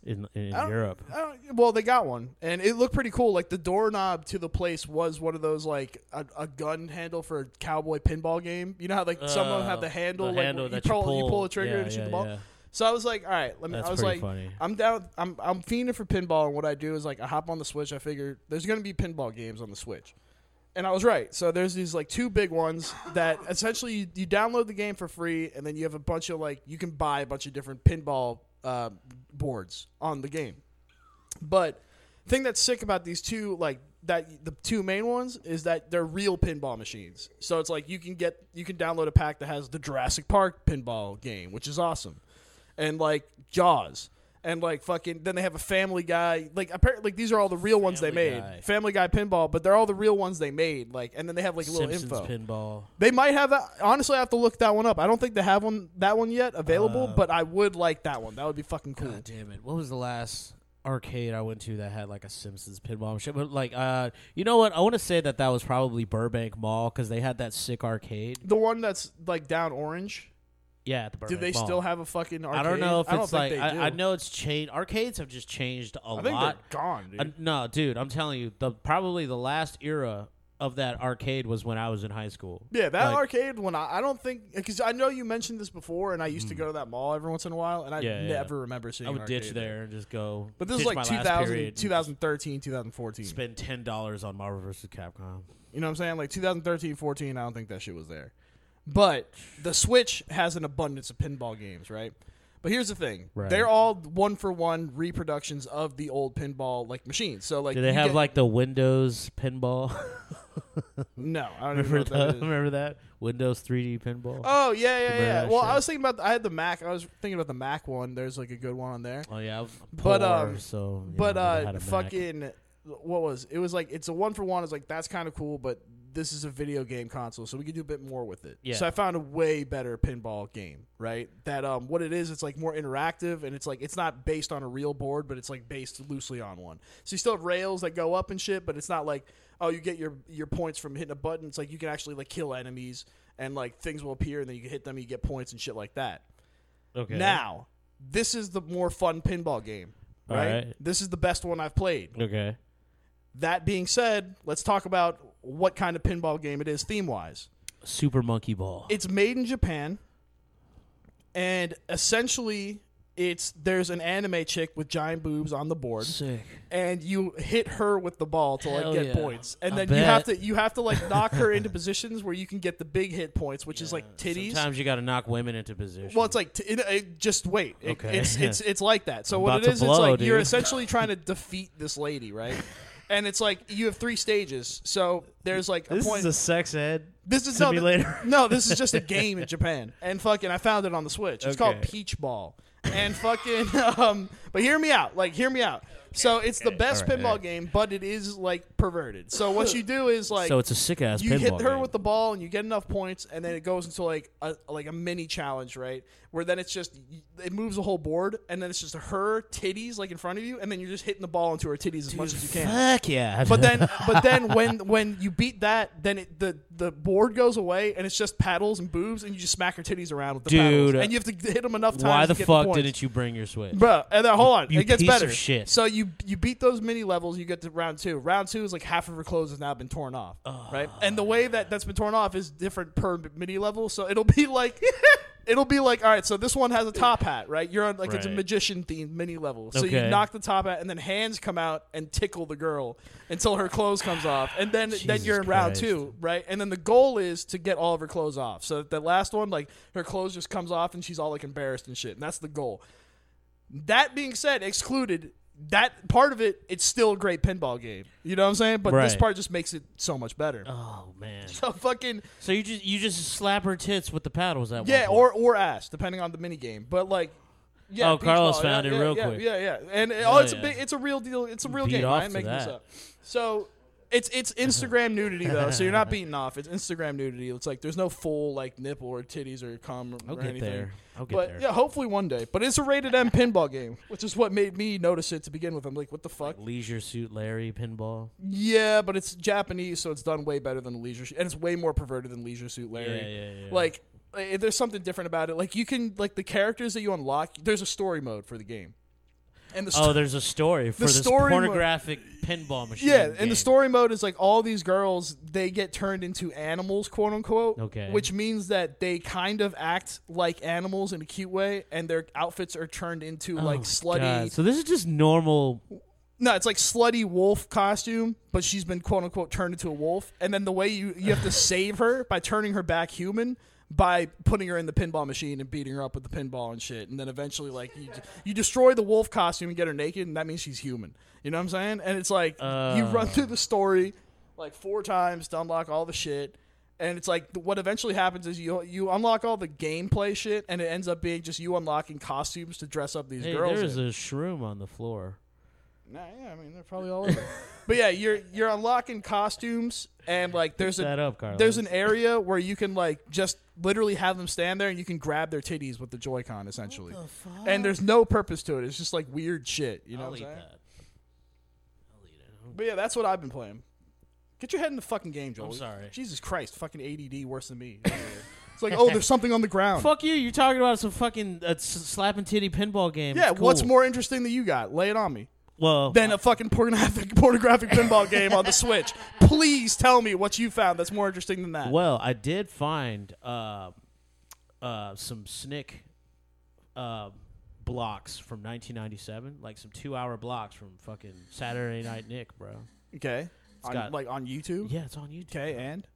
in in
I don't-
Europe.
I don't- well, they got one, and it looked pretty cool. Like the doorknob to the place was one of those like a, a gun handle for a cowboy pinball game. You know how like some of them have the
Uh,
handle,
the
like
handle
you,
that you
pull, you
pull.
pull a trigger
Yeah,
and shoot
yeah,
the ball.
yeah.
So I was like, all right, let me.
That's
I was
pretty
like,
funny.
I'm down. I'm I'm fiending for pinball, and what I do is like I hop on the Switch. I figure there's gonna be pinball games on the Switch. And I was right. So there's these like two big ones that essentially you, you download the game for free, and then you have a bunch of like you can buy a bunch of different pinball uh, boards on the game. But thing that's sick about these two, like that the two main ones, is that they're real pinball machines. So it's like you can get you can download a pack that has the Jurassic Park pinball game, which is awesome, and like Jaws. And like fucking, then they have a Family Guy. Like apparently, like these are all the real ones
Family
they made.
Guy.
Family Guy pinball, but they're all the real ones they made. Like, and then they have like a little
Simpsons
info.
pinball.
They might have that. Honestly, I have to look that one up. I don't think they have one that one yet available,
Uh,
but I would like that one. That would be fucking cool.
God damn it! What was the last arcade I went to that had like a Simpsons pinball shit? But like, uh, you know what? I want to say that that was probably Burbank Mall because they had that sick arcade.
The one that's like down orange.
Yeah, at the
Do
Burbank
they
Mall.
still have a fucking arcade?
I don't know if
I don't
it's
think
like
they do.
I, I know it's changed. Arcades have just changed a
I think
lot.
they're gone, dude.
Uh, no, dude, I'm telling you, the probably the last era of that arcade was when I was in high school.
yeah, that
Like,
arcade one. I, I don't think because I know you mentioned this before, and I used to go to that mall every once in a while, and I
Mm. Yeah, yeah.
never remember seeing.
I
an
would ditch
arcade
there and just go.
But this is
ditch
like
my last
2000,
period,
2013, 2014.
Spend ten dollars on Marvel vs. Capcom.
You know what I'm saying? Like 2013, 14, I don't think that shit was there. But the Switch has an abundance of pinball games, right? But here's the thing.
Right.
They're all one for one reproductions of the old pinball like machines. So like
Do they
you
have
get-
like the Windows pinball?
No, I don't even know
remember,
what that
that
is.
remember that Windows 3D pinball?
Oh yeah, yeah,
Remember
yeah.
that
Well, I
shit?
was thinking about the, I had the Mac. I was thinking about the Mac one. There's like a good one on there.
Oh, yeah, I'm
But,
poor,
um,
so you
but
know, I never had
uh
a Mac.
fucking what was it was like it's a one for one it's like that's kind of cool but this is a video game console so we can do a bit more with it
Yeah.
so i found a way better pinball game right that um what it is it's like more interactive and it's like it's not based on a real board but it's like based loosely on one so you still have rails that go up and shit but it's not like oh you get your your points from hitting a button it's like you can actually like kill enemies and like things will appear and then you can hit them you get points and shit like that
okay.
now this is the more fun pinball game
All
right?
right.
this is the best one i've played
okay,
that being said let's talk about what kind of pinball game it is theme wise
Super Monkey Ball.
it's made in japan and essentially it's there's an anime chick with giant boobs on the board
sick.
and you hit her with the ball to like
Hell
get
yeah.
points and
I
then you have to
bet.
you have to like knock her into positions where you can get the big hit points which is like titties
Sometimes you got to knock women into position.
Well, it's like t- it, it, just wait. It,
Okay.
It's it's it's like that. So what
about
it
to
is, it's
blow,
like you're
dude.
essentially trying to defeat this lady, right? And it's like you have three stages. So there's like a
this
point.
is a sex ed.
this is
simulator.
No, no, this is just a game in Japan. And fucking, I found it on the Switch. It's called
Okay.
Peach Ball. And fucking, um, but hear me out. Like, hear me out. So it's the best
All right,
pinball
all right.
game, but it is like perverted. So what you do is like
so it's a sick ass.
you hit her with the ball and you get enough points and then it goes into like a like a mini challenge right where then it's just it moves the whole board and then it's just her titties like in front of you and then you're just hitting the ball into her titties as much as you can
Fuck yeah!
but then but then when when you beat that then it, the the board goes away and it's just paddles and boobs and you just smack her titties around with the paddles
Dude.
and you have to hit them enough times
why
to
the
get
fuck
points.
didn't you bring your Switch?
Bro, and then hold on,
you
it gets
piece of
better.
shit.
So you you beat those mini levels, you get to round two. Round two is like half of her clothes has now been torn off, right? And the way that that's been torn off is different per mini level. So it'll be like. It'll be like, all right, so this one has a top hat, right? You're on, like, it's a
Right.
magician themed mini level. So you
Okay.
knock the top hat, and then hands come out and tickle the girl until her clothes comes off. And then, then
Jesus
you're in round
Christ.
two, right? And then the goal is to get all of her clothes off. So that the last one, like, her clothes just comes off, and she's all, like, embarrassed and shit. And that's the goal. That being said, excluded that part of it, it's still a great pinball game. You know what I'm saying? But this
Right.
part just makes it so much better.
Oh man!
So fucking
So you just you just slap her tits with the paddles at
yeah,
one
or or ass, depending on the mini game. But like, yeah.
Oh,
Peach
Carlos
Ball,
found
yeah,
it
yeah,
real
yeah,
quick.
Yeah, yeah, and it- oh, it's a
yeah.
big, it's a real deal. It's a real
Beat
game.
off
I ain't
to
making this
that.
up. So It's it's Instagram nudity though, so you're not beating off. It's Instagram nudity. It's like there's no full like nipple or titties or cum or,
I'll
or
get
anything.
there. I'll get
but
there.
yeah, hopefully one day. But it's a rated M pinball game, which is what made me notice it to begin with. I'm like, what the fuck?
Leisure Suit Larry pinball.
Yeah, but it's Japanese, so it's done way better than Leisure Suit, and it's way more perverted than Leisure Suit Larry.
Yeah, yeah, yeah.
Like, eh, there's something different about it. Like, you can like the characters that you unlock. There's a story mode for the game, and the
Oh,
sto-
there's a story for
The
this
story mo-
pornographic pinball machine.
yeah, and
game.
the story mode is like all these girls they get turned into animals, quote unquote.
Okay.
which means that they kind of act like animals in a cute way, and their outfits are turned into
Oh
like
my
slutty.
God. So this is just normal.
No, it's like slutty wolf costume, but she's been quote unquote turned into a wolf. And then the way you you have to save her by turning her back human by putting her in the pinball machine and beating her up with the pinball and shit. And then eventually, like you you destroy the wolf costume and get her naked, and that means she's human. You know what I'm saying? And it's like you
Uh.
run through the story like four times to unlock all the shit. And it's like what eventually happens is you you unlock all the gameplay shit, and it ends up being just you unlocking costumes to dress up these
Hey,
girls.
there
in.
is a shroom on the floor.
Nah, yeah, I mean they're probably all over. but yeah, you're you're unlocking costumes and like there's
Set that
a
up, Carlos.
there's an area where you can like just literally have them stand there and you can grab their titties with the Joy-Con essentially. And there's no purpose to it. It's just like weird shit, you know
I'll
what I'm
eat
saying?
that. I'll eat it.
But yeah, that's what I've been playing. Get your head in the fucking game, Joel.
I'm sorry.
Jesus Christ, fucking ADD worse than me. it's like, oh, there's something on the ground.
Fuck you! You're talking about some fucking uh, s- slapping titty pinball game.
yeah,
It's cool.
what's more interesting than you got? Lay it on me.
Well,
Than a fucking pornographic, pornographic pinball game on the Switch. Please tell me what you found that's more interesting than that.
well, I did find uh, uh, some Snick uh, blocks from 1997, like some two-hour blocks from fucking Saturday Night Nick, bro.
Okay. On,
got-
like on YouTube.
Yeah, it's on YouTube.
Okay, and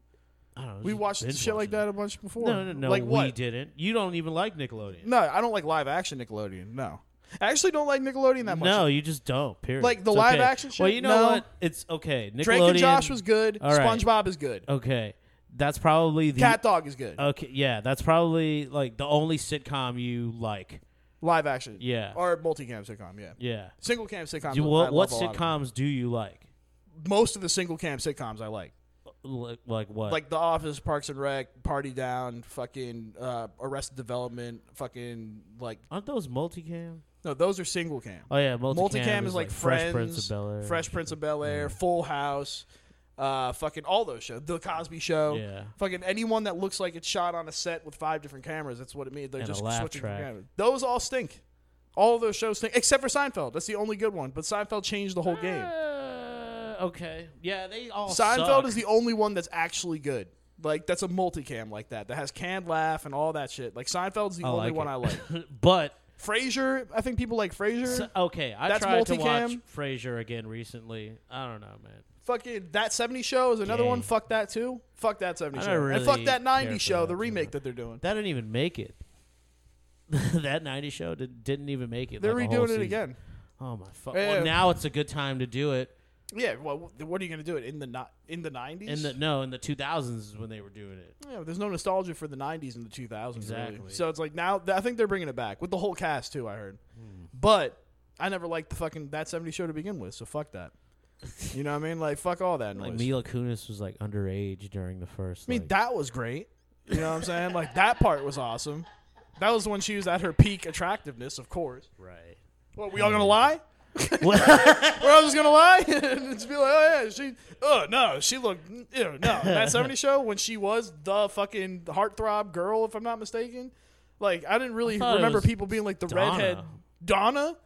I don't know,
we
just
watched
binge
shit like
watching
that a bunch before.
No, no, no.
Like
we
what?
didn't. You don't even like Nickelodeon.
No, I don't like live action Nickelodeon. No, I actually don't like Nickelodeon that much.
No, you just don't. Period.
Like, the
It's
live
okay.
action
Well,
shit?
you know
No.
what? It's okay. Nickelodeon.
Drake and Josh was good.
All right. Oh,
SpongeBob is good.
Okay, that's probably the
Cat Dog is good.
Okay, yeah, that's probably like the only sitcom you like.
live action.
yeah.
Or multi-cam sitcom. Yeah.
Yeah.
Single cam sitcoms.
Do,
I love
what what
a lot of them.
sitcoms do you like?
Most of the single cam sitcoms I like,
Like, like what?
like The Office, Parks and Rec, Party Down, fucking uh, Arrested Development, fucking like
aren't those multicam?
No, those are single cam.
Oh, yeah, multicam
Multicam
is
is like,
like Fresh
Friends,
Prince of Bel-Air.
Fresh Prince of Bel Air, Full House, uh, fucking all those shows. The Cosby Show.
Yeah.
Fucking anyone that looks like it's shot on a set with five different cameras. That's what it means. They're
And a
just
laugh
switching from
track.
camera. Those all stink. All those shows stink, except for Seinfeld. That's the only good one. But Seinfeld changed the
Ah,
whole game.
Uh, okay. Yeah, they all
Seinfeld
suck.
is the only one that's actually good. Like that's a multicam like that that has canned laugh and all that shit. Like Seinfeld's the
I
only
like
one
it.
I like.
But
Frasier, I think people like Frasier.
so- okay, I
That's
tried to watch
multicam.
Frasier again recently. I don't know, man.
Fucking that 70 show is another
Gay.
one. Fuck that too. Fuck that 70
I
show.
don't
and fuck
really
that 90
care
show,
for
the
that
remake
too.
that they're doing.
That didn't even make it. that 90 show did, didn't even make it.
They're
like, a whole
redoing it
season.
again.
Oh my fuck.
Yeah.
Well, now it's a good time to do it.
Yeah, well wh- what are you going to do it in the not in the 90s?
In the no, in the 2000s is when they were doing it.
yeah, there's no nostalgia for the 90s and the 2000s really.
Exactly.
So it's like now th- I think they're bringing it back with the whole cast too, I heard.
Hmm.
But I never liked the fucking that 70 show to begin with, so fuck that. you know what I mean? Like fuck all that noise.
Like Mila Kunis was like underage during the first.
I mean,
like-
that was great. You know what I'm saying? Like that part was awesome. That was when she was at her peak attractiveness, of course.
right.
What, we all gonna lie? We're all just gonna lie and just be like, oh yeah, she, oh no, she looked, ew, no, that seventy show when she was the fucking heartthrob girl, if I'm not mistaken. Like I didn't really
I thought it
remember
was
people being like the
Donna.
redhead Donna.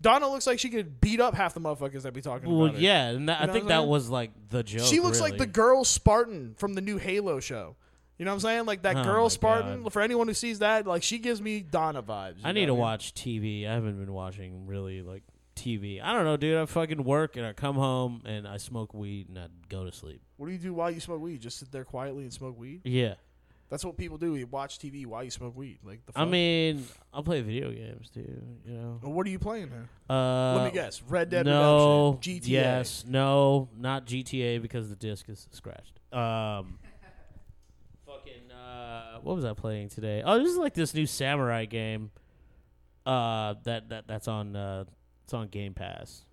Donna looks like she could beat up half the motherfuckers that be talking
Well,
about. her.
yeah, and that,
You know what
I think
I'm
that
saying?
was like the joke.
she looks like
really.
the girl Spartan from the new Halo show. You know what I'm saying? Like that
Oh
girl
my
Spartan.
God.
For anyone who sees that, like she gives me Donna vibes. you
I need
know
to
what mean?
watch TV. I haven't been watching really like TV. I don't know, dude. I fucking work and I come home and I smoke weed and I go to sleep.
What do you do while you smoke weed? Just sit there quietly and smoke weed?
Yeah.
That's what people do. You watch TV while you smoke weed. Like the
I
fuck?
mean, I'll play video games, dude. You know.
Well, what are you playing here?
Uh,
Let me guess. Red Dead
no,
Redemption. GTA.
Yes, no, not GTA because the disc is scratched. Um, fucking, uh, what was I playing today? Oh, this is like this new samurai game. Uh, that that that's on uh, it's on Game Pass.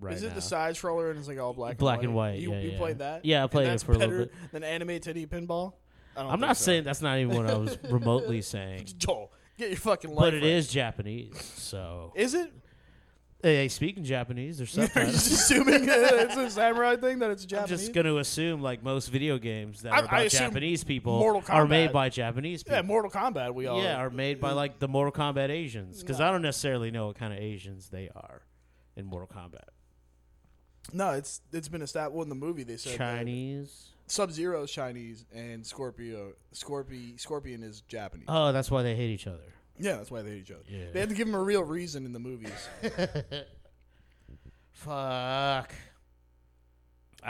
right
Is it
now.
the side stroller and it's like all black?
Black
and
and white,
You,
yeah,
you
yeah.
played that?
Yeah, I
And
played it
that's
for a little
better
bit.
Than anime titty pinball. I don't
I'm
think
not
so.
saying that's not even what I was remotely saying,
Joel, get your fucking life.
but it
right.
is Japanese. So
Is it?
they speak in Japanese. There's
Are you
subtitles.
just assuming that it's a samurai thing that it's
I'm
Japanese?
just gonna assume like most video games that
I- I
are about
assume
Japanese people
Mortal
are
Kombat.
made by Japanese people.
yeah, Mortal Kombat. We all
Yeah, are made by like the Mortal Kombat Asians because I don't necessarily know what kind of Asians they are in Mortal Kombat.
No, it's it's been established well, in the movie. They said
Chinese.
Sub Zero is Chinese and Scorpio Scorpi Scorpion is Japanese.
Oh, that's why they hate each other.
yeah, that's why they hate each other.
Yeah.
They had to give him a real reason in the movies.
Fuck. I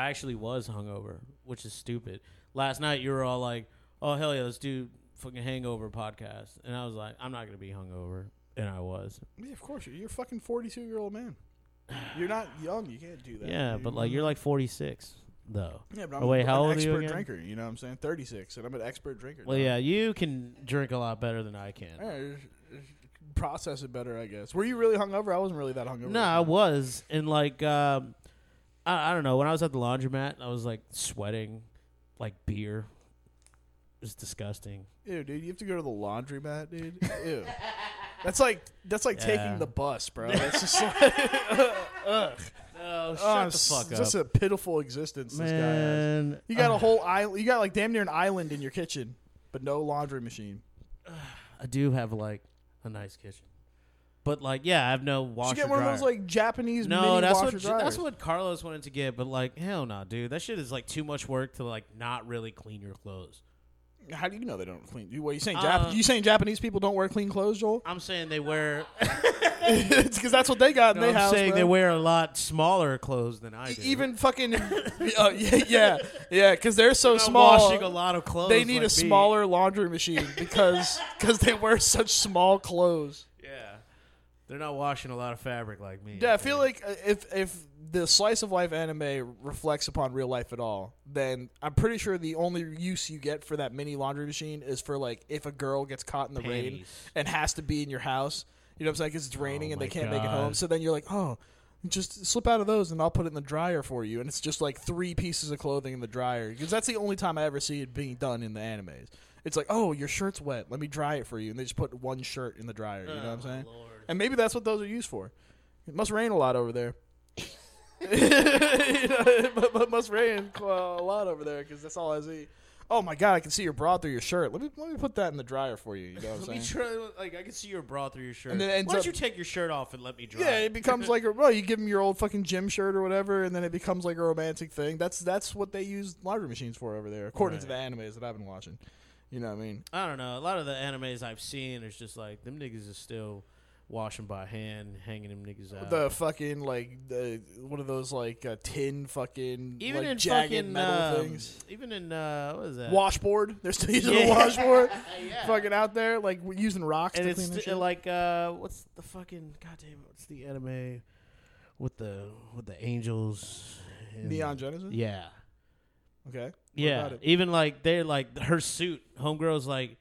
actually was hungover, which is stupid. Last night you were all like, "Oh hell yeah, let's do fucking hangover podcast," and I was like, "I'm not gonna be hungover," and I was.
yeah, of course, you're, you're a fucking forty two year old man. You're not young. You can't do that.
Yeah,
You-
but like you're like 46 though.
Yeah, but
Oh,
I'm,
wait, how
an
old are
expert
you again?
drinker. You know what I'm saying? 36, and I'm an expert drinker.
Well,
now.
yeah, you can drink a lot better than I can.
Yeah, you should process it better, I guess. Were you really hungover? I wasn't really that hungover.
No, I was, and like, um, I, I don't know. When I was at the laundromat, I was like sweating, like beer. It was disgusting.
Ew, dude, you have to go to the laundromat, dude. Ew. That's like that's like
Yeah.
taking the bus, bro. That's just like
Oh, shut
oh,
the
it's
fuck
just
up,
a pitiful existence this guy has.
man.
You got
Uh,
a whole island. You got like damn near an island in your kitchen, but no laundry machine.
I do have like a nice kitchen, but like, yeah, I have no
You
washer.
should get one
dryer.
of those like Japanese
No,
mini
that's
washer
what that's
dryers.
what Carlos wanted to get, but like, hell no, dude. That shit is like too much work to like not really clean your clothes.
How do you know they don't clean? You what you saying?
Uh,
Jap- you saying Japanese people don't wear clean clothes, Joel?
I'm saying they wear.
it's because that's what they got in
I'm
their house.
saying
bro. E
they wear a lot smaller clothes than I do.
even fucking uh, yeah yeah yeah because they're so
not
small.
washing a lot of clothes.
They need
like
a
me.
smaller laundry machine because because they wear such small clothes.
Yeah, they're not washing a lot of fabric like me.
Yeah, I feel like uh, if if the slice of life anime reflects upon real life at all, then I'm pretty sure the only use you get for that mini laundry machine is for like if a girl gets caught in the rain
Panties. Oh
and has to be in your house. You know what I'm saying? 'Cause it's raining and
my
they can't make it home.
God.
So then you're like, oh. Just slip out of those, and I'll put it in the dryer for you. And it's just like three pieces of clothing in the dryer because that's the only time I ever see it being done in the animes. It's like, oh, your shirt's wet. Let me dry it for you, and they just put one shirt in the dryer. You know
Oh,
what I'm saying? And maybe that's what those are used for. It must rain a lot over there. you know, it mu- mu- must rain qu- a lot over there because that's all I see. Oh my god, I can see your bra through your shirt. Let me let me put that in the dryer for you. You know what
Let me
I'm saying?
try. Like I can see your bra through your shirt.
And then it ends
Why don't
up-
you take your shirt off and let me dry?
Yeah, it becomes like a well, you give them your old fucking gym shirt or whatever, and then it becomes like a romantic thing. That's that's what they use laundry machines for over there, according to the animes that I've been watching. You know what I mean?
I don't know. A lot of the animes I've seen is just like them niggas is still washing by hand, hanging them niggas out.
The fucking like the one of those like uh, tin fucking
even
like,
in
jagged
fucking
metal
um,
things.
even in uh, what is that?
washboard. They're still using
Yeah.
the washboard. Fucking out there, like w- using rocks
and
to
it's
clean their
st-
shit.
like uh, what's the fucking goddamn? What's the anime with the with the angels? and-
Neon Genesis.
Yeah,
Okay. What
yeah.
about it?
Even like they're like her suit. Homegirl's like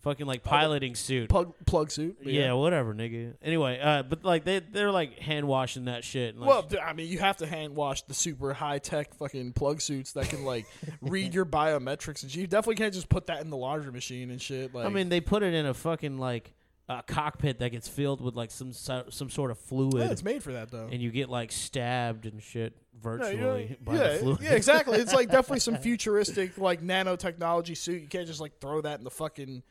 fucking like piloting suit.
Plug plug suit.
yeah. whatever, nigga. Anyway, uh, but like they they're like hand washing that shit. And, like,
Well, d- I mean, you have to hand wash the super high tech fucking plug suits that can like read your biometrics and shit. You definitely can't just put that in the laundry machine and shit. Like,
I mean, they put it in a fucking like a cockpit that gets filled with like some so- some sort of
yeah,
fluid,
it's made for that though.
and you get like stabbed and shit
Yeah,
virtually
you know,
by
yeah,
the fluid.
yeah, exactly. It's like definitely some futuristic like nanotechnology suit. You can't just like throw that in the fucking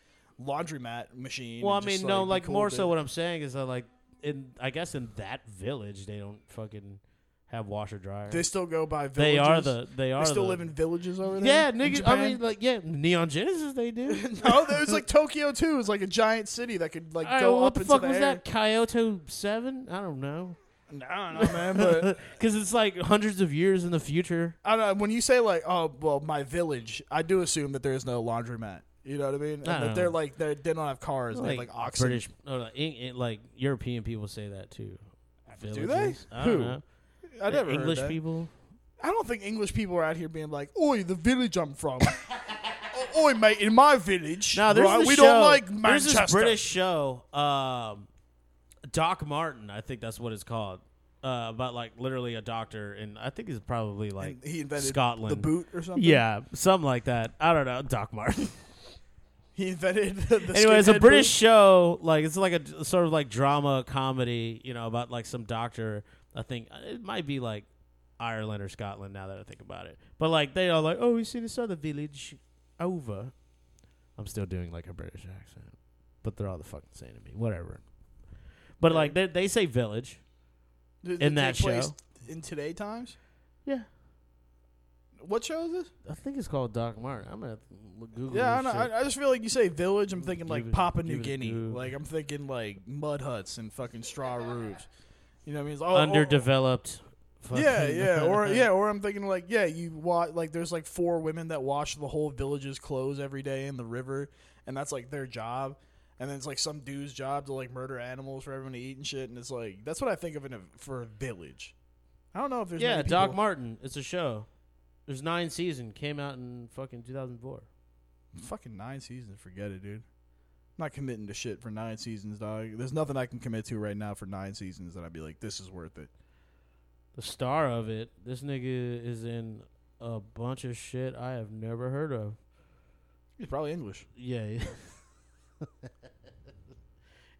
laundromat machine.
Well, I
and
mean,
just,
no,
be
like
cool
more
with
so
it.
what I'm saying is that like in I guess in that village they don't fucking have washer dryer.
They still go by. Villages.
they are the they are
They still
the,
live in villages over there.
yeah,
in
nigga. I
Japan?
mean, like yeah, Neon Genesis they do.
no, there's like Tokyo too. It's like a giant city that could like
All right,
go
well,
up
what
into
the fuck
the
was
air.
that? Kyoto Seven? I don't know.
I don't know, man. But
Because it's like hundreds of years in the future.
I don't know. When you say like, oh, well, my village, I do assume that there is no laundromat. You know what I mean? And
I don't
that they're
know.
like they're, they don't have cars. they have like oxen.
British, no, no, Eng- Eng- like European people say that too.
do
Villages?
they?
I don't
Who?
know.
I never heard
English
that.
people.
I don't think English people are out here being like, "Oi, the village I'm from." O- Oi, mate, in my village,
No, there's
right,
this
we
show-
don't like Manchester.
There's this British show, um, Doc Martin. I think that's what it's called. uh, about like literally a doctor, and I think he's probably like
And he invented
Scotland,
the boot or something.
yeah, something like that. I don't know, Doc Martin.
he invented the. the
anyway, it's a
skinhead
British
boot.
show. Like it's like a sort of like drama comedy, you know, about like some doctor. I think uh, it might be like Ireland or Scotland now that I think about it. But like they are like, oh, we see this other village over. I'm still doing like a British accent, but they're all the fucking same to me. Whatever. But like they they say village.
Did- did
in that
take place
show.
In today times,
Yeah,
what show is this?
I think it's called Doc Martin. I'm gonna have to look- Google.
Yeah, I,
this
know.
shit.
I, oh, I just feel like you say village. I'm thinking like
Give it-
Papua New
give it a
Guinea.
Google.
Like I'm thinking like mud huts and fucking straw roofs. You know what I mean? It's all,
Underdeveloped.
oh, yeah,
fucking-
yeah, or yeah, or I'm thinking like yeah, you watch like there's like four women that wash the whole village's clothes every day in the river, and that's like their job. And then it's like some dude's job to like murder animals for everyone to eat and shit. And it's like that's what I think of in a, for a village. I don't know if there's
yeah,
many
Doc
people-
Martin. It's a show. There's nine season. Came out in fucking 2004.
Fucking nine seasons, forget it, dude. I'm not committing to shit for nine seasons, dog. There's nothing I can commit to right now for nine seasons that I'd be like, this is worth it.
The star of it. This nigga is in a bunch of shit I have never heard of.
He's probably English.
Yeah.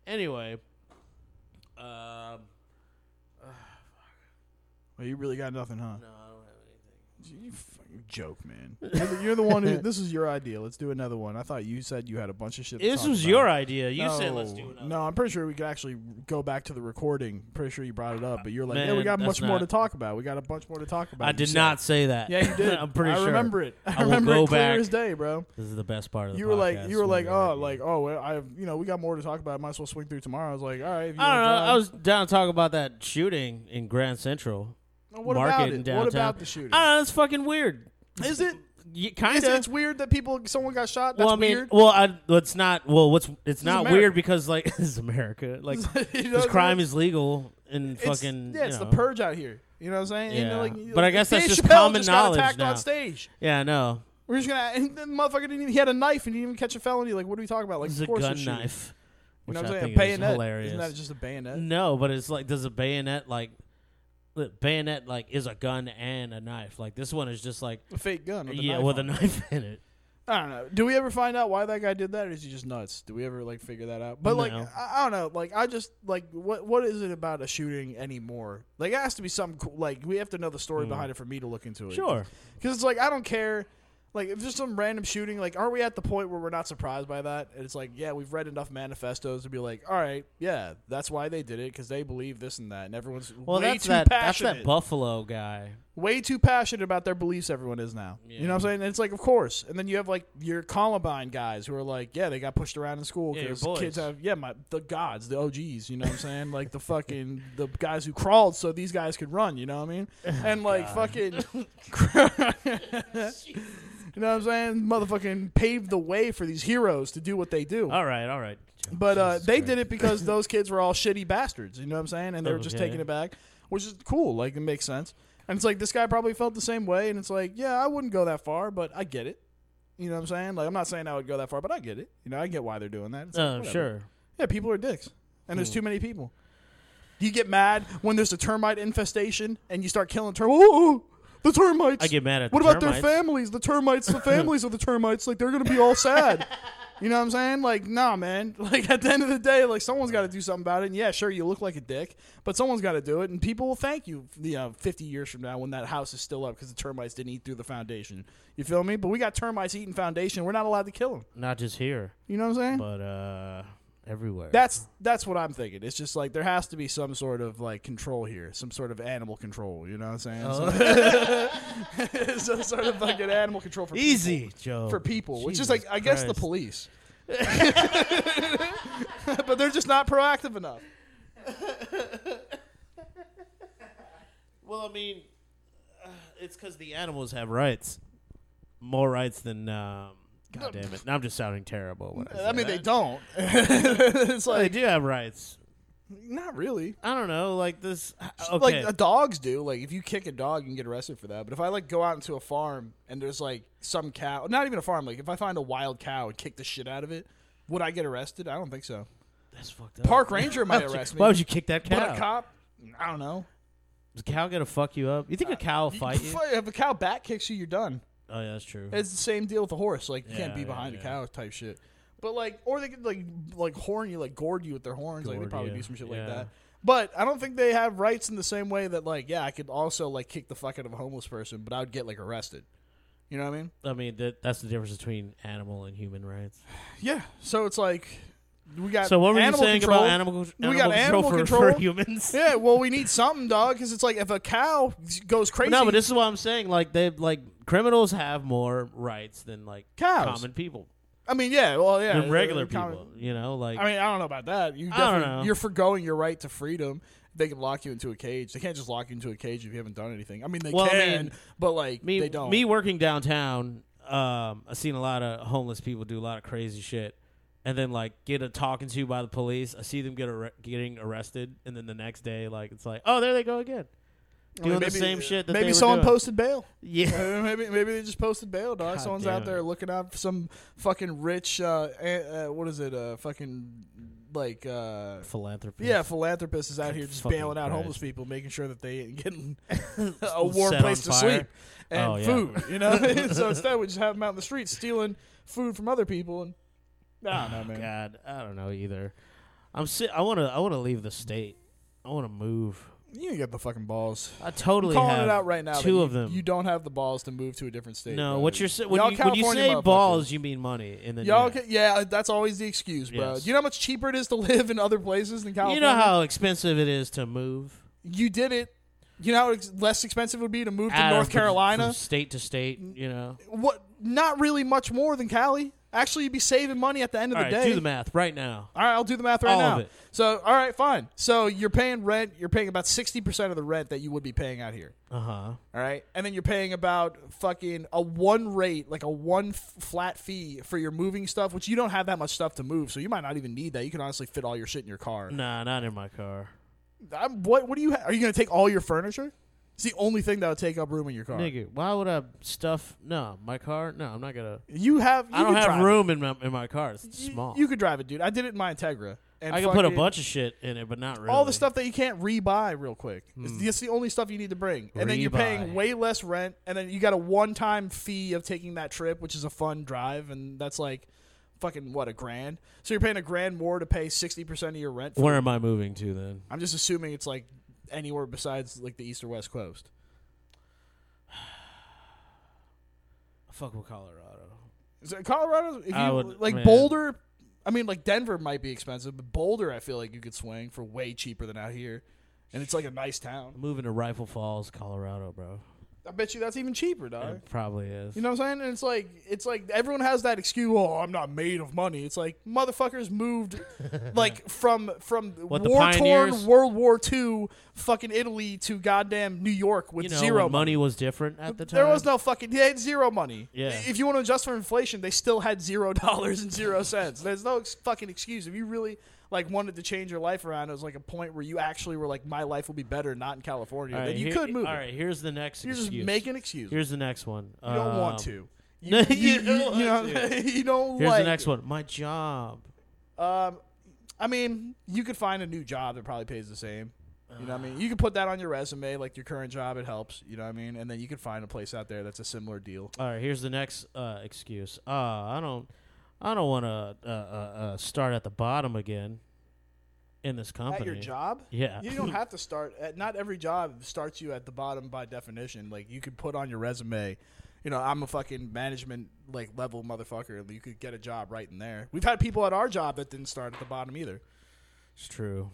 anyway. Um.
Well, you really got nothing, huh?
No, I don't have anything.
You fucking joke, man. You're the- You're the one who. This is your idea. Let's do another one. I thought you said you had a bunch of shit. to
This
talk
was
about.
your idea. You said
No.
let's do another.
No, I'm pretty sure we could actually go back to the recording. Pretty sure you brought it up, but you're like, yeah, we
Man,
got
that's
much more
not-
to talk about. We got a bunch more to talk about.
I
You
did
said-
not say that.
Yeah, you did.
I'm pretty
I
sure.
remember it. I,
will
remember
go
it clear
back.
as day, bro.
This is the best part of the
you were like
podcast
you were
when
like
we
oh
argue.
like oh well, I have you know we got more to talk about might as well swing through tomorrow. I was like all right. If you
I don't
wanna
know.
drive-
I was down to talk about that shooting in Grand Central.
Now, what
market
about
in
it?
downtown.
What about the shooting?
I don't know. It's fucking weird.
is it?
Y-
Is
Kind
it?
of.
It's weird that people someone got shot. That's
well, I mean,
weird.
well, I, well, it's not. Well, what's it's not
America.
weird because like this is America. Like
You know
this
what
crime
I'm
is legal and
It's-
fucking.
yeah. It's
you
the
know.
purge out here. You know what I'm saying? And
Yeah.
like-
But I
like,
guess that's
Dave
just
Chappelle
common
just got
knowledge
attacked
now.
on stage.
Yeah, I know.
We're just gonna and the motherfucker didn't even he had a knife and he didn't even catch a felony. Like what are we talking about? Like
It's
of
a
course
gun
you're shooting.
knife,
You
which
know what
I
I'm saying?
think
A
is
bayonet.
hilarious.
Isn't that just a bayonet?
no, but it's like does a bayonet like the bayonet like is a gun and a knife? Like this one is just like
A fake gun. With a
yeah,
knife
with
on
a
it.
knife in it.
I don't know. Do we ever find out why that guy did that, or is he just nuts? Do we ever like figure that out? But like,
No.
I, I don't know. Like, I just like what what is it about a shooting anymore? Like, it has to be some cool. Like, we have to know the story behind it for me to look into it.
Hmm. Sure.
because it's like I don't care. Like, if there's some random shooting, like, aren't we at the point where we're not surprised by that? And it's like, yeah, we've read enough manifestos to be like, all right, yeah, that's why they did it because they believe this and that, and everyone's
Well,
way
that's
too
that.
passionate
That's that Buffalo guy.
way too passionate about their beliefs everyone is now. You know what I'm saying? And it's like, of course. And then you have like your Columbine guys who are like, yeah, they got pushed around in school
Yeah, your boys.
kids have, yeah, my the gods, the OGs. You know what I'm saying? like the fucking the guys who crawled so these guys could run. You know what I mean? And like fucking, you know what I'm saying? Motherfucking paved the way for these heroes to do what they do.
All right, all right.
But uh,
Jesus
they
Christ.
did it because those kids were all shitty bastards. You know what I'm saying? And they were just
Okay.
taking it back, which is cool. Like it makes sense. And it's like this guy probably felt the same way. And it's like, yeah, I wouldn't go that far, but I get it. You know what I'm saying? Like I'm not saying I would go that far, but I get it. You know, I get why they're doing that. It's like,
Oh,
whatever.
sure.
Yeah, people are dicks, and
Hmm.
there's too many people. Do you get mad when there's a termite infestation and you start killing termites? Oh, the termites!
I get mad at
what
the
about
termites.
their families? The termites, the families of the termites, like they're gonna be all sad. You know what I'm saying? Like, nah, man. Like at the end of the day, like someone's got to do something about it. And yeah, sure, you look like a dick, but someone's got to do it, and people will thank you. You know, 50 years from now when that house is still up because the termites didn't eat through the foundation. You feel me? But we got termites eating foundation. We're not allowed to kill them.
Not just here,
You know what I'm saying?
but uh, everywhere.
That's that's what I'm thinking. It's just like there has to be some sort of like control here, some sort of animal control. You know what I'm saying? Some- some sort of fucking animal control for
Oh. easy, Joe.
people, for people, which is like
Jesus
I guess the
Christ.
police, but they're just not proactive enough.
Well, I mean, uh, it's because the animals have rights, more rights than. Um, God damn it! Now I'm just sounding terrible. When I, say
I mean,
that.
they don't. it's
Well, they
like
do have rights.
not really.
I don't know, like this.
Like
Okay,
uh, dogs do. Like if you kick a dog, you can get arrested for that. But if I like go out into a farm and there's like some cow, not even a farm. Like if I find a wild cow and kick the shit out of it, would I get arrested? I don't think so.
that's fucked up.
Park ranger might
Why would you-
arrest me.
Why would you kick that
But a
cow?
cop? I don't know.
Is a cow gonna fuck you up? You
Uh,
think a cow will fight you?
Fuck, If a cow back kicks you, you're done.
Oh yeah, that's true.
It's the same deal with a horse. Like you can't
Yeah,
be
yeah,
behind
yeah.
a cow type shit. But like, or they could like like horn you, like gourd you with their horns. like they
Gourd
probably
you,
do some shit
yeah.
like that. But I don't think they have rights in the same way that like yeah, I could also like kick the fuck out of a homeless person, but I would get like arrested. You know what I mean?
I mean, that, that's the difference between animal and human rights.
Yeah. So it's like we got
So what were you
animal
saying
control.
about animal, co-
We
animal
got
control,
animal
for,
control.
for humans?
Yeah, well, we need something, dog, because it's like if a cow goes crazy,
No, but this is what I'm saying. Like they like criminals have more rights than like
Cows.
common people,
I mean, yeah, well, yeah,
than regular
uh, common-
people. You know, like
I mean, I don't know about that. You
I don't
definitely,
know.
You're foregoing your right to freedom. They can lock you into a cage. They can't just lock you into a cage if you haven't done anything. I mean, they
Well, I
can,
mean,
but like
me
they don't.
me working downtown. Um, I seen a lot of homeless people do a lot of crazy shit, and then like get a talking to by the police. I see them get arre- getting arrested, and then the next day, like it's like, oh, there they go again,
I mean,
doing the same shit. That
maybe
they were
someone
doing.
posted bail.
Yeah.
Uh, maybe maybe they just posted bail, dog.
God
Someone's
damn
out
it.
there looking out for some fucking rich. Uh, a- uh, what is it? Uh, fucking like. Uh,
Philanthropy.
yeah, philanthropist is out here just
Fucking
bailing out
Christ.
homeless people, making sure that they ain't getting a warm
Set on
place to
fire.
sleep and
Oh, yeah.
food. You know, so instead we just have them out in the street stealing food from other people. And I don't know, man.
God, I don't know either. I'm si- I want to. I want to leave the state. I want to move.
You ain't got the fucking balls.
I totally
I'm calling
have
it out right now. that
Two
you,
of them.
You don't have the balls to move to a different state.
no,
bro.
what you're sa- when
Y'all
you, when you
California
say
motherfuckers.
balls, you mean money. And then
Y'all,
yeah.
ca- yeah, that's always the excuse, bro.
Yes.
Do you know how much cheaper it is to live in other places than California?
you know how expensive it is to move
you did it. You know how ex- less expensive it would be to move to
out
North
of- from-
Carolina.
from state to state. You know,
what not really much more than Cali. Actually, you'd be saving money at the end of
all
the
right,
day.
do the math right now.
All right, I'll do the math right
All
now.
of it.
So, all right, fine. So you're paying rent. You're paying about sixty percent of the rent that you would be paying out here.
Uh huh.
All right, and then you're paying about fucking a one rate, like a one f- flat fee for your moving stuff, which you don't have that much stuff to move, so you might not even need that. You can honestly fit all your shit in your car.
Nah, not in my car,
I'm, what What do you? Ha- are you gonna take all your furniture? It's the only thing that would take up room in your car.
nigga. Why would I stuff? No, my car. No, I'm not gonna.
You have. You
I don't
could
have
drive
room in my in my car. It's
It.
small.
You, you could drive it, dude. I did it in my Integra. And
I can put a
fucking-
bunch of shit in it, but not really.
all the stuff that you can't rebuy real quick. It's That's the only stuff you need to bring. And then you're paying
Hmm. Rebuy.
way less rent, and then you got a one time fee of taking that trip, which is a fun drive, and that's like fucking what, a grand? So you're paying a grand more to pay sixty percent of your rent for
Where am I moving to then?
I'm just assuming it's like anywhere besides like the east or west coast.
Fuck with Colorado.
Is it Colorado if you
I would-
like
man.
Boulder I mean like Denver might be expensive, but Boulder I feel like you could swing for way cheaper than out here. And it's like a nice town.
Moving to Rifle Falls, Colorado, bro.
I bet you that's even cheaper, dog.
It probably is.
You know what I'm saying? And it's like it's like everyone has that excuse. Oh, I'm not made of money. It's like motherfuckers moved like from from
the
war torn
pioneers?
World War II fucking Italy to goddamn New York with
You know,
zero
when money was different at the time.
There was no fucking they had zero money.
Yeah.
If you want to adjust for inflation, they still had zero dollars and zero cents. There's no ex- fucking excuse. If you really like wanted to change your life around, it was like a point where you actually were like, my life will be better not in California.
All right,
then you
here-
could move.
All
it.
right, here's the next.
You're just
excuse.
making excuses.
Here's the next one.
You don't want
Um,
to.
No,
You, you,
you don't
you- you
want
know, you don't
Here's
like.
the next one. My job.
Um, I mean, you could find a new job that probably pays the same. You know what I mean? You could put that on your resume, like your current job. It helps. You know what I mean? And then you could find a place out there that's a similar deal.
All right, here's the next uh, excuse. Uh, I don't, I don't want to uh, uh, uh, start at the bottom again in this company.
At your job?
Yeah.
You don't have to start. At, not every job starts you at the bottom by definition. Like you could put on your resume, you know, I'm a fucking management like level motherfucker. and You could get a job right in there. We've had people at our job that didn't start at the bottom either.
It's true.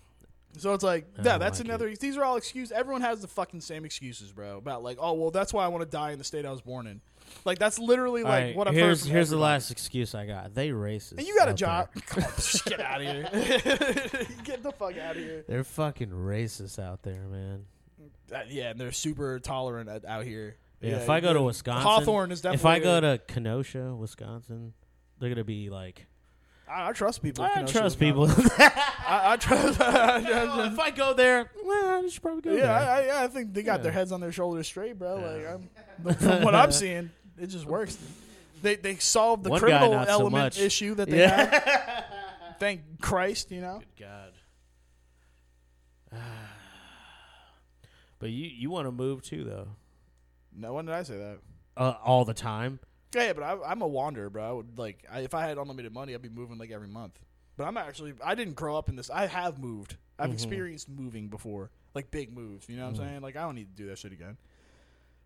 So it's like,
I
yeah,
don't
that's
like
another. These are all excuses. Everyone has the fucking same excuses, bro. About like, oh well, that's why I want to die in the state I was born in. Like that's literally
All
like
right,
what I've
here's
heard. From
here's the
everybody.
last excuse I got. They racist.
And you got a
out there.
job. Come on, just get out of here. get the fuck out of here.
They're fucking racist out there, man.
Uh, yeah, and they're super tolerant at, out here.
Yeah, if I go to Wisconsin,
Hawthorne is
If I
definitely
go
a-
to Kenosha, Wisconsin, they're gonna be like,
I, I trust people.
I
in
don't
Kenosha,
trust
bro.
people.
I, I trust.
if I go there, well, I should probably go
yeah,
there.
I, I, I think they got their heads on their shoulders straight, bro. Like I'm, but from what I'm seeing, it just works. They they solved the
One guy
criminal
not so
element
much.
issue that they had. Thank Christ, you know.
God. But you you want to move too though,
No, when did I say that?
uh, all the time.
Yeah, yeah, but I, I'm a wanderer, bro. I would like I, if I had unlimited money, I'd be moving like every month. But I'm actually I didn't grow up in this. I have moved. I've experienced moving before, like big moves. You know what I'm saying? Like I don't need to do that shit again.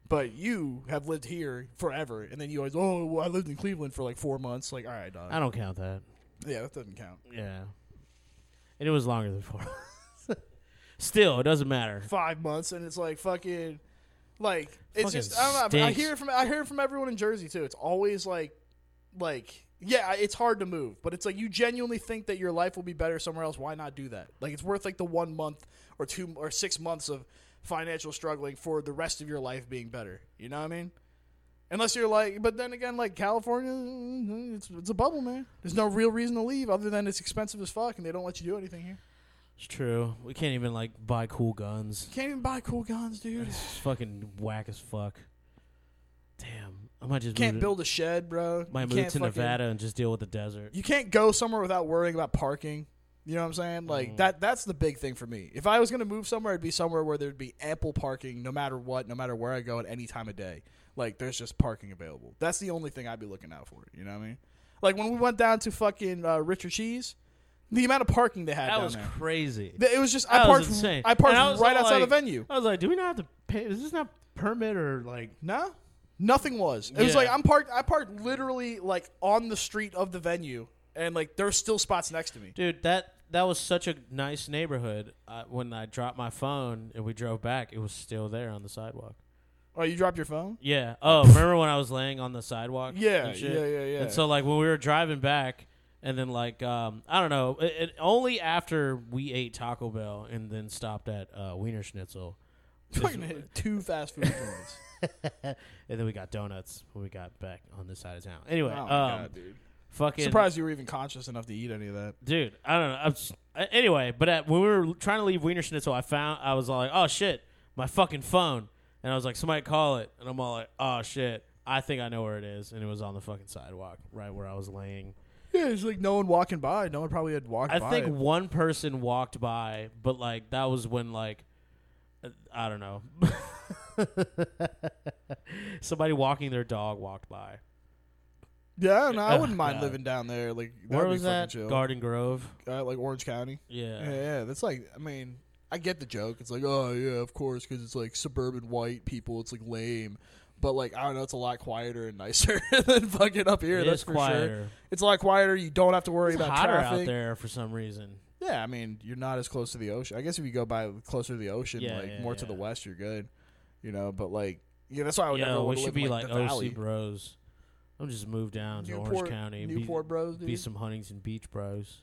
But you have lived here forever, and then you always oh well, I lived in Cleveland for like four months. Like all right, dog.
I don't count that.
yeah, that doesn't count.
Yeah, and it was longer than four. Still, it doesn't matter.
Five months, and it's like fucking, like it's
Fucking
just I don't know. I
stinks.
hear it from I hear it from everyone in Jersey too. It's always like, like yeah, I- it's hard to move, but it's like you genuinely think that your life will be better somewhere else. Why not do that? Like it's worth like the one month or two or six months of financial struggling for the rest of your life being better. You know what I mean? Unless you're like, but then again, like California, mm, it's, it's a bubble, man. There's no real reason to leave other than it's expensive as fuck, and they don't let you do anything here.
It's true. We can't even like buy cool guns.
You can't even buy cool guns, dude.
It's fucking whack as fuck. Damn, I might just
can't
move
build a shed, bro.
To, Mm-hmm. might
You
move
can't
to
fucking-
Nevada and just deal with the desert.
You can't go somewhere without worrying about parking. You know what I'm saying? Like
Mm.
that that's the big thing for me. If I was going to move somewhere, it'd be somewhere where there'd be ample parking no matter what, no matter where I go at any time of day. Like there's just parking available. That's the only thing I'd be looking out for, you know what I mean? Like when we went down to fucking uh, Richard Cheese, the amount of parking they had
That
down
was
there.
crazy.
Th- it was just I
That
parked
was insane.
I parked
And was
right
all
outside
like-
the venue.
I was like, do we not have to pay? Is this not permit or like?
No, nothing was. It was
Yeah.
like I'm parked. I parked literally like on the street of the venue, and like there's still spots next to me.
Dude, that that was such a nice neighborhood. Uh, when I dropped my phone and we drove back, it was still there on the sidewalk.
Oh, you dropped your phone?
Yeah. Oh, remember when I was laying on the sidewalk?
Yeah,
and shit?
yeah, yeah, yeah.
And so like when we were driving back, and then like um, I don't know, it, it- only after we ate Taco Bell and then stopped at uh, Wiener Schnitzel,
Fucking hit two fast food joints.
and then we got donuts when we got back on this side of town. Anyway,
Oh my
um,
god, dude!
fucking
Surprised you were even conscious enough to eat any of that.
dude. I don't know. I'm s- uh, anyway, but at, when we were trying to leave Wiener Schnitzel, I found I was all like, "Oh shit, my fucking phone!" And I was like, "Somebody call it!" And I'm all like, "Oh shit, I think I know where it is." And it was on the fucking sidewalk, right where I was laying.
Yeah, it's like no one walking by. No one probably had walked
I
by.
think
it.
one person walked by, but like that was when like uh, I don't know. Somebody walking their dog walked by.
yeah, no, I wouldn't
Ugh,
mind
God.
living down there. Like
Where
that'd
was
be fucking
that?
Chill.
Garden Grove.
Uh, like Orange County. Yeah,
Yeah.
yeah, that's like. I mean, I get the joke. It's like, oh yeah, of course, because it's like suburban white people. It's like lame, but like I don't know, it's a lot quieter and nicer than fucking up here.
It
that's
is
for Sure.
quieter.
It's a lot quieter. You don't have to worry
It's
about
hotter
traffic.
out there for some reason.
Yeah, I mean, you're not as close to the ocean. I guess if you go by closer to the ocean,
Yeah,
like
yeah,
more to the
yeah.
west, you're good. You know, but like, yeah, that's why I would Oh, never
Yo, we
want to
should
live
be
in,
like,
the valley.
OC bros. I'm just move down to Orange
Newport-
County.
Newport
be,
bros,
Be
dude.
some Huntington Beach bros.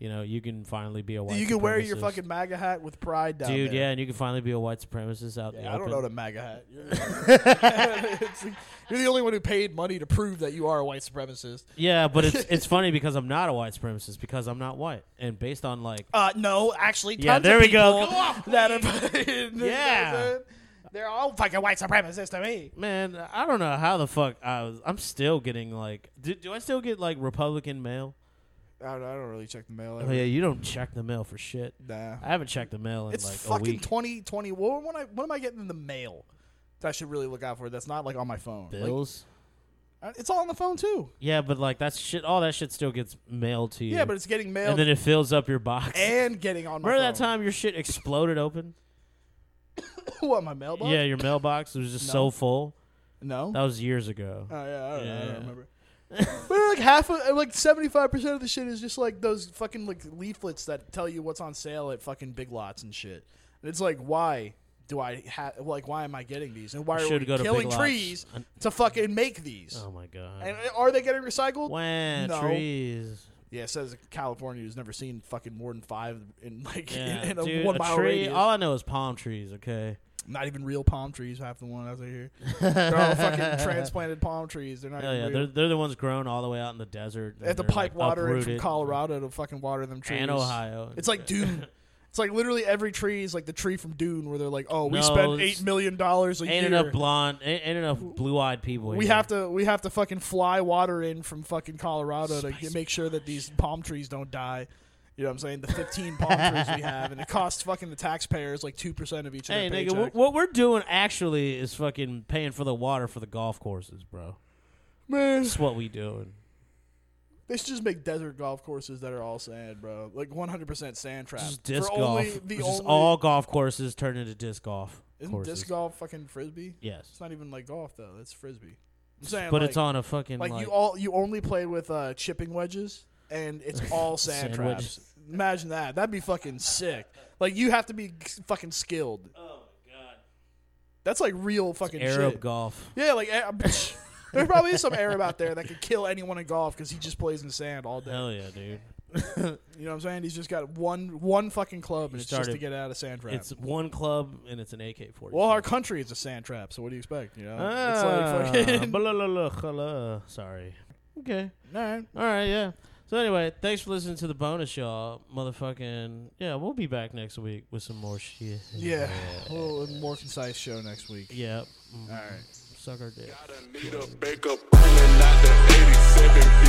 You know, you can finally be a white.
you can wear your
supremacist.
fucking MAGA hat with pride down
dude.
there.
Yeah, and you can finally be a white supremacist out in the
Yeah, I don't
open.
know the MAGA hat. It's like, you're the only one who paid money to prove that you are a white supremacist.
Yeah, but it's it's funny because I'm not a white supremacist because I'm not white, and based on like
Uh, no, actually,
Yeah,
tons
there
of
we go.
people
Go off,
that are,
Yeah.
they're all fucking white supremacists to me.
man, I don't know how the fuck I was. I'm still getting like, do, do I still get like Republican mail?
I don't, I don't really check the mail.
Oh yeah, you don't check the mail for shit.
Nah.
I haven't checked the mail in
It's
like a
fucking
week.
twenty twenty. What, what, am I, what am I getting in the mail that I should really look out for? That's not like on my phone. Like,
Bills.
uh, it's all on the phone too.
yeah, but like that's shit. All that shit still gets mailed to you.
Yeah, but it's getting
and
mailed
then
and,
it fills up your box.
getting on my
Remember
phone.
that time your shit exploded open?
what, my mailbox?
Yeah, your mailbox was just so full.
No.
That was years ago.
Oh, yeah, I don't, know, I
Yeah.
don't remember. but like half of, like 75% of the shit is just like those fucking like leaflets that tell you what's on sale at fucking Big Lots and shit. And it's like, why do I have, like, why am I getting these? And why
You
are
should
we
go to Big
killing
Lots.
trees
And-
to fucking make these?
oh my god.
And uh, are they getting recycled?
Wow,
No.
trees.
Yeah, it says California who's never seen fucking more than five in like
Yeah,
in, in a
dude,
one
a
mile
tree. oh.
radius.
All I know is palm trees. Okay,
not even real palm trees. Half the one out here, they're all fucking transplanted palm trees. They're not.
Hell yeah,
even
they're
real.
they're the ones grown all the way out in the desert.
they have to
and they're,
pipe
like,
water in from
uprooted.
Colorado to fucking water them trees.
and Ohio.
It's like Dune. It's like literally every tree is like the tree from Dune, where they're like, "Oh, we
No,
spend
it's-
eight million dollars a
ain't
year.
enough blonde, ain't, ain't enough blue-eyed people.
we
here.
have to, we have to fucking fly water in from fucking Colorado to get, make sure that these palm trees don't die." You know what I'm saying? The 15 palm trees we have, and it costs fucking the taxpayers like 2% of each
Hey,
of their
nigga,
paychecks.
what, what we're doing actually is fucking paying for the water for the golf courses, bro.
Man,
That's what we doing.
they should just make desert golf courses that are all sand, bro. Like 100% sand traps.
Just disc
For
golf.
only the
Just
only,
all golf courses turned into disc golf.
Isn't
courses.
disc golf fucking frisbee? It's
Yes,
not even like golf though. That's frisbee. I'm saying,
but it's
like-
on a fucking like,
like, you all you only play with uh, chipping wedges and it's all sand
Sand
traps.
wedges.
Imagine that. That'd be fucking sick. Like you have to be g- fucking skilled.
oh my god,
That's like real fucking
Arab
shit.
golf.
yeah, like eh, psh, there probably is some Arab out there that could kill anyone in golf because he just plays in sand all day.
Hell yeah, dude.
You know what I'm saying? He's just got one one fucking club and
You
it's just to
started-
get out of sand traps.
It's one club and it's an AK forty.
Well, our country is a sand trap, so what do you expect? You know,
Ah,
it's like fucking.
blah, blah, blah, blah, blah. Sorry. Okay.
All right.
All right. Yeah. So anyway, thanks for listening to the bonus, y'all. Motherfucking yeah, we'll be back next week with some more shit.
Yeah, well, a more concise show next week.
Yep. Mm-hmm.
All right.
Suck our dick.
Gotta need a backup, pulling out the 87